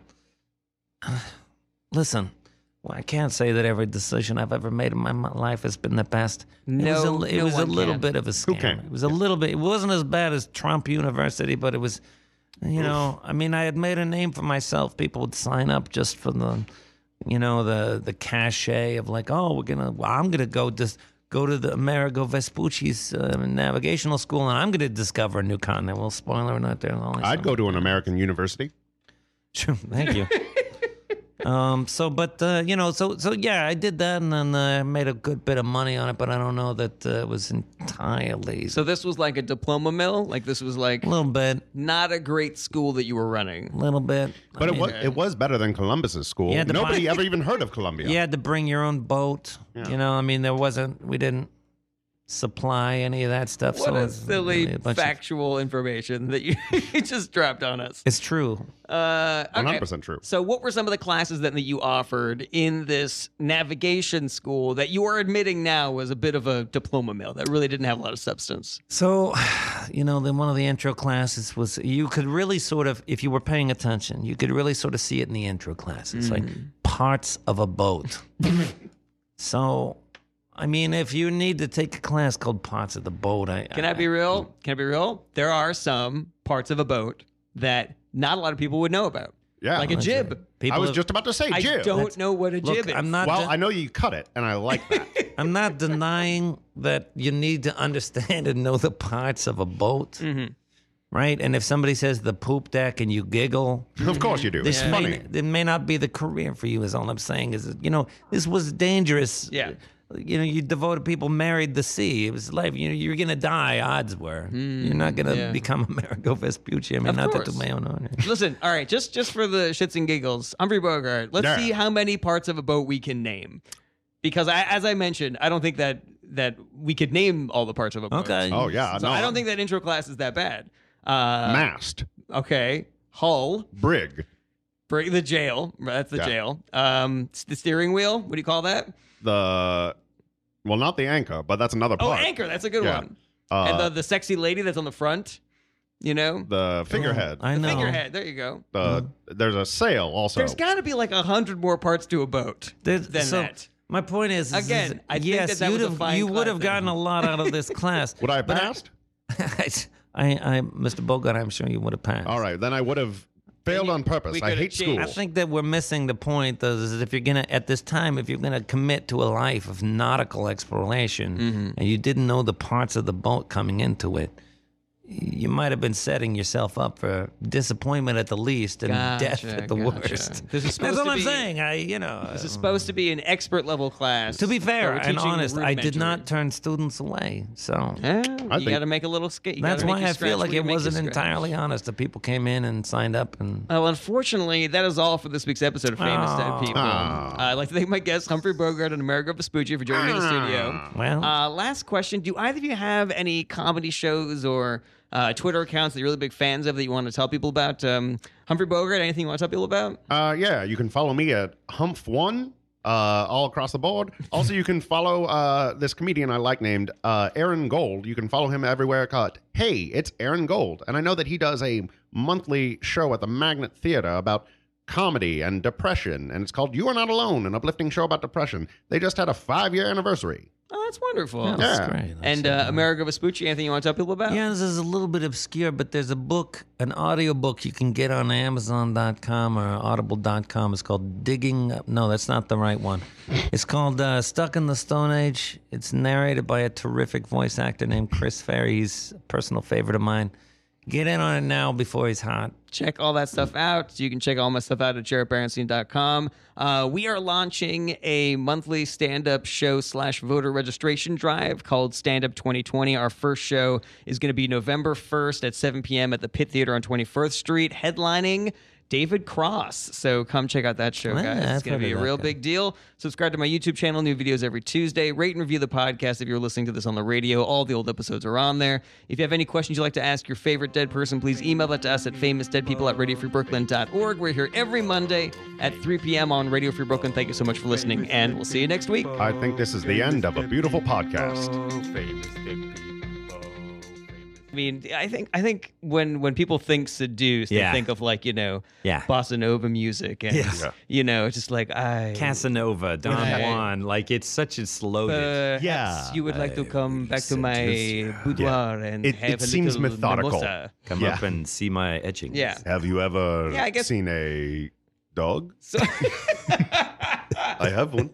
Speaker 4: listen, well, I can't say that every decision I've ever made in my mi- life has been the best. it was a,
Speaker 1: No,
Speaker 4: li- it
Speaker 1: no
Speaker 4: was a
Speaker 1: one
Speaker 4: little
Speaker 1: can.
Speaker 4: bit of a scam.
Speaker 5: can?
Speaker 4: It was a little bit. It wasn't as bad as Trump University, but it was. You know, I mean, I had made a name for myself. People would sign up just for the, you know, the the cachet of like, oh, we're gonna, well, I'm gonna go just go to the Amerigo Vespucci's uh, navigational school, and I'm gonna discover a new continent. Well, spoiler not there. only so
Speaker 5: I'd go to an American university.
Speaker 4: Sure. Thank you. um. So, but uh, you know, so so yeah, I did that, and then uh, I made a good bit of money on it, but I don't know that uh, it was entirely
Speaker 1: So, this was like a diploma mill. Like, this was like
Speaker 4: a little bit,
Speaker 1: not a great school that you were running.
Speaker 4: little bit.
Speaker 5: But it was, it was better than Columbus's school.
Speaker 4: Yeah, the
Speaker 5: Nobody
Speaker 4: bi-
Speaker 5: ever even heard of Columbia.
Speaker 4: You had to bring your own boat. You know, I mean, there wasn't. We didn't supply any of that stuff.
Speaker 1: What
Speaker 4: so
Speaker 1: a
Speaker 4: it's
Speaker 1: silly
Speaker 4: really a bunch of-
Speaker 1: factual information that you, you just dropped on us.
Speaker 4: it's true.
Speaker 1: Uh, okay.
Speaker 5: 100% true.
Speaker 1: So, what were some of the classes then that you offered in this navigation school that you are admitting now was a bit of a diploma mill that really didn't have a lot of substance?
Speaker 4: So, you know, then one of the intro classes was you could really sort of, if you were paying attention, you could really sort of see it in the intro classes, like
Speaker 1: Mm.
Speaker 4: parts of a boat. so, I mean, if you need to take a class called parts of the boat, I
Speaker 1: Can I be real? Can I be real? There are some parts of a boat that not a lot of people would know about,
Speaker 5: Yeah.
Speaker 1: like a jib.
Speaker 4: People
Speaker 5: I was
Speaker 4: have-
Speaker 5: just about to say
Speaker 1: I
Speaker 5: jib.
Speaker 1: don't know what a
Speaker 4: look,
Speaker 1: jib is.
Speaker 4: I'm not.
Speaker 5: well,
Speaker 4: de-
Speaker 5: I know you cut it, and I like that.
Speaker 4: I'm not denying that you need to understand and know the parts of a boat,
Speaker 1: Mm-hmm.
Speaker 4: right? And if somebody says the poop deck and you giggle,
Speaker 1: Mm-hmm.
Speaker 5: of course you do.
Speaker 4: This
Speaker 5: It's
Speaker 4: may,
Speaker 5: funny.
Speaker 4: it may not be the career for you. Is all I'm saying is, you know, this was dangerous.
Speaker 1: Yeah.
Speaker 4: You know, you devoted people married the sea. It was life. You know, you're gonna die. Odds were you're not gonna
Speaker 1: Hmm, yeah.
Speaker 4: become Amerigo Vespucci. I mean,
Speaker 1: Of
Speaker 4: not that
Speaker 1: course.
Speaker 4: to my own honor.
Speaker 1: Listen, all right, just just for the shits and giggles, Humphrey Bogart. Let's
Speaker 5: Yeah.
Speaker 1: see how many parts of a boat we can name. because I, as I mentioned, I don't think that that we could name all the parts of a boat.
Speaker 4: Okay.
Speaker 5: Oh yeah,
Speaker 1: So
Speaker 5: no.
Speaker 1: I don't think that intro class is that bad. Uh,
Speaker 5: mast,
Speaker 1: Okay. Hull,
Speaker 5: brig,
Speaker 1: break the jail. That's the
Speaker 5: Yeah.
Speaker 1: jail. Um, s- the steering wheel. What do you call that?
Speaker 5: the well, not the anchor, but that's another
Speaker 1: Oh,
Speaker 5: part.
Speaker 1: anchor. That's a good
Speaker 5: Yeah.
Speaker 1: one.
Speaker 5: Uh,
Speaker 1: and the, the sexy lady that's on the front. You know,
Speaker 5: the figurehead.
Speaker 1: Oh,
Speaker 4: I know.
Speaker 1: figurehead. There you go.
Speaker 5: the there's a sail also.
Speaker 1: There's got to be like a hundred more parts to a boat
Speaker 4: There's-
Speaker 1: than
Speaker 4: so
Speaker 1: that.
Speaker 4: My point is, is-
Speaker 1: Again,
Speaker 4: is-
Speaker 1: I think
Speaker 4: yes,
Speaker 1: that that
Speaker 4: you'd
Speaker 1: was a
Speaker 4: have-
Speaker 1: fine
Speaker 4: you would
Speaker 1: class
Speaker 4: have
Speaker 1: then.
Speaker 4: gotten a lot out of this class.
Speaker 5: would I have
Speaker 4: But
Speaker 5: passed?
Speaker 4: I, I, Mr. Bogart, I'm sure you would have passed.
Speaker 5: All right, then I would have failed on purpose.
Speaker 1: we
Speaker 5: I
Speaker 1: could've
Speaker 5: hate school.
Speaker 4: I
Speaker 1: changed.
Speaker 4: think that we're missing the point, though, is if you're gonna at this time, if you're gonna commit to a life of nautical exploration,
Speaker 1: Mm-hmm.
Speaker 4: and you didn't know the parts of the boat coming into it, you might have been setting yourself up for disappointment at the least and death
Speaker 1: Gotcha,
Speaker 4: at the
Speaker 1: gotcha.
Speaker 4: worst.
Speaker 1: This is
Speaker 4: That's
Speaker 1: supposed
Speaker 4: all
Speaker 1: to
Speaker 4: I'm
Speaker 1: be-
Speaker 4: saying. I, you know,
Speaker 1: This is supposed to be an expert level class.
Speaker 4: Uh, to be fair
Speaker 1: but we're
Speaker 4: and
Speaker 1: teaching
Speaker 4: honest, I did not
Speaker 1: rudimentary.
Speaker 4: turn students away, so.
Speaker 1: Eh,
Speaker 5: I
Speaker 1: you
Speaker 5: think-
Speaker 1: got to make a little skate. you
Speaker 4: That's
Speaker 1: gotta make
Speaker 4: why
Speaker 1: your
Speaker 4: I feel
Speaker 1: scratch
Speaker 4: like
Speaker 1: where you
Speaker 4: it
Speaker 1: make your
Speaker 4: wasn't
Speaker 1: scratch.
Speaker 4: entirely honest. The people came in and signed up, and
Speaker 1: Oh, unfortunately, that is all for this week's episode of Famous Dead People. Uh, I'd like to thank my guests, Humphrey Bogart and Amerigo Vespucci, for joining me in the studio.
Speaker 4: well,
Speaker 1: Uh, last question Do either of you have any comedy shows or uh, Twitter accounts that you're really big fans of that you want to tell people about? Um, Humphrey Bogart, anything you want to tell people about?
Speaker 5: Uh, yeah, you can follow me at Humph1 uh, all across the board. Also, you can follow uh, this comedian I like named uh, Aaron Gold. You can follow him everywhere caught. Hey, it's Aaron Gold. And I know that he does a monthly show at the Magnet Theater about comedy and depression. And it's called You Are Not Alone, an uplifting show about depression. They just had a five year anniversary.
Speaker 1: Oh, that's wonderful.
Speaker 4: yeah, that's
Speaker 5: yeah.
Speaker 4: great.
Speaker 1: And uh, Amerigo Vespucci, anything you want to tell people about?
Speaker 4: Yeah, this is a little bit obscure, but there's a book, an audio book you can get on Amazon.com or Audible.com. It's called Digging Up. No, that's not the right one. It's called uh, Stuck in the Stone Age. It's narrated by a terrific voice actor named Chris Ferry. He's a personal favorite of mine. Get in on it now before he's hot.
Speaker 1: check all that stuff out. You can check all my stuff out at jaredberenstein.com. Uh, we are launching a monthly stand-up show slash voter registration drive called Stand Up 2020. Our first show is going to be November 1st at 7 p.m. at the Pitt Theater on 21st Street, headlining David Cross. So come check out that show,
Speaker 4: Yeah,
Speaker 1: guys.
Speaker 4: I've
Speaker 1: it's going
Speaker 4: heard
Speaker 1: to be
Speaker 4: of
Speaker 1: a
Speaker 4: that
Speaker 1: real
Speaker 4: guy.
Speaker 1: big deal. Subscribe to my YouTube channel. New videos every Tuesday. Rate and review the podcast if you're listening to this on the radio. All the old episodes are on there. If you have any questions you'd like to ask your favorite dead person, please email that to us at famousdeadpeople at radiofreebrooklyn.org. We're here every Monday at 3 p.m. on Radio Free Brooklyn. Thank you so much for listening, and we'll see you next week.
Speaker 5: I think this is the end of a beautiful podcast.
Speaker 2: Famous dead people.
Speaker 1: I mean, I think I think when when people think seduced,
Speaker 6: Yeah.
Speaker 1: they think of like you know,
Speaker 6: Yeah.
Speaker 1: bossa nova music, and
Speaker 6: Yes. Yeah.
Speaker 1: you know, it's just like I
Speaker 6: Casanova, Don
Speaker 1: Right.
Speaker 6: Juan, like it's such it's loaded.
Speaker 1: Perhaps
Speaker 6: Yeah,
Speaker 1: you would like to
Speaker 6: I
Speaker 1: come back to
Speaker 6: will
Speaker 1: my
Speaker 6: seduce you.
Speaker 1: boudoir and
Speaker 5: It-
Speaker 1: have
Speaker 5: it
Speaker 1: a
Speaker 5: seems
Speaker 1: little
Speaker 5: methodical.
Speaker 1: mimosa.
Speaker 6: Come
Speaker 5: Yeah.
Speaker 6: up and see my etchings.
Speaker 1: Yeah.
Speaker 5: Have you ever
Speaker 1: Yeah, I guess-
Speaker 5: seen a dog?
Speaker 1: So-
Speaker 5: I have one.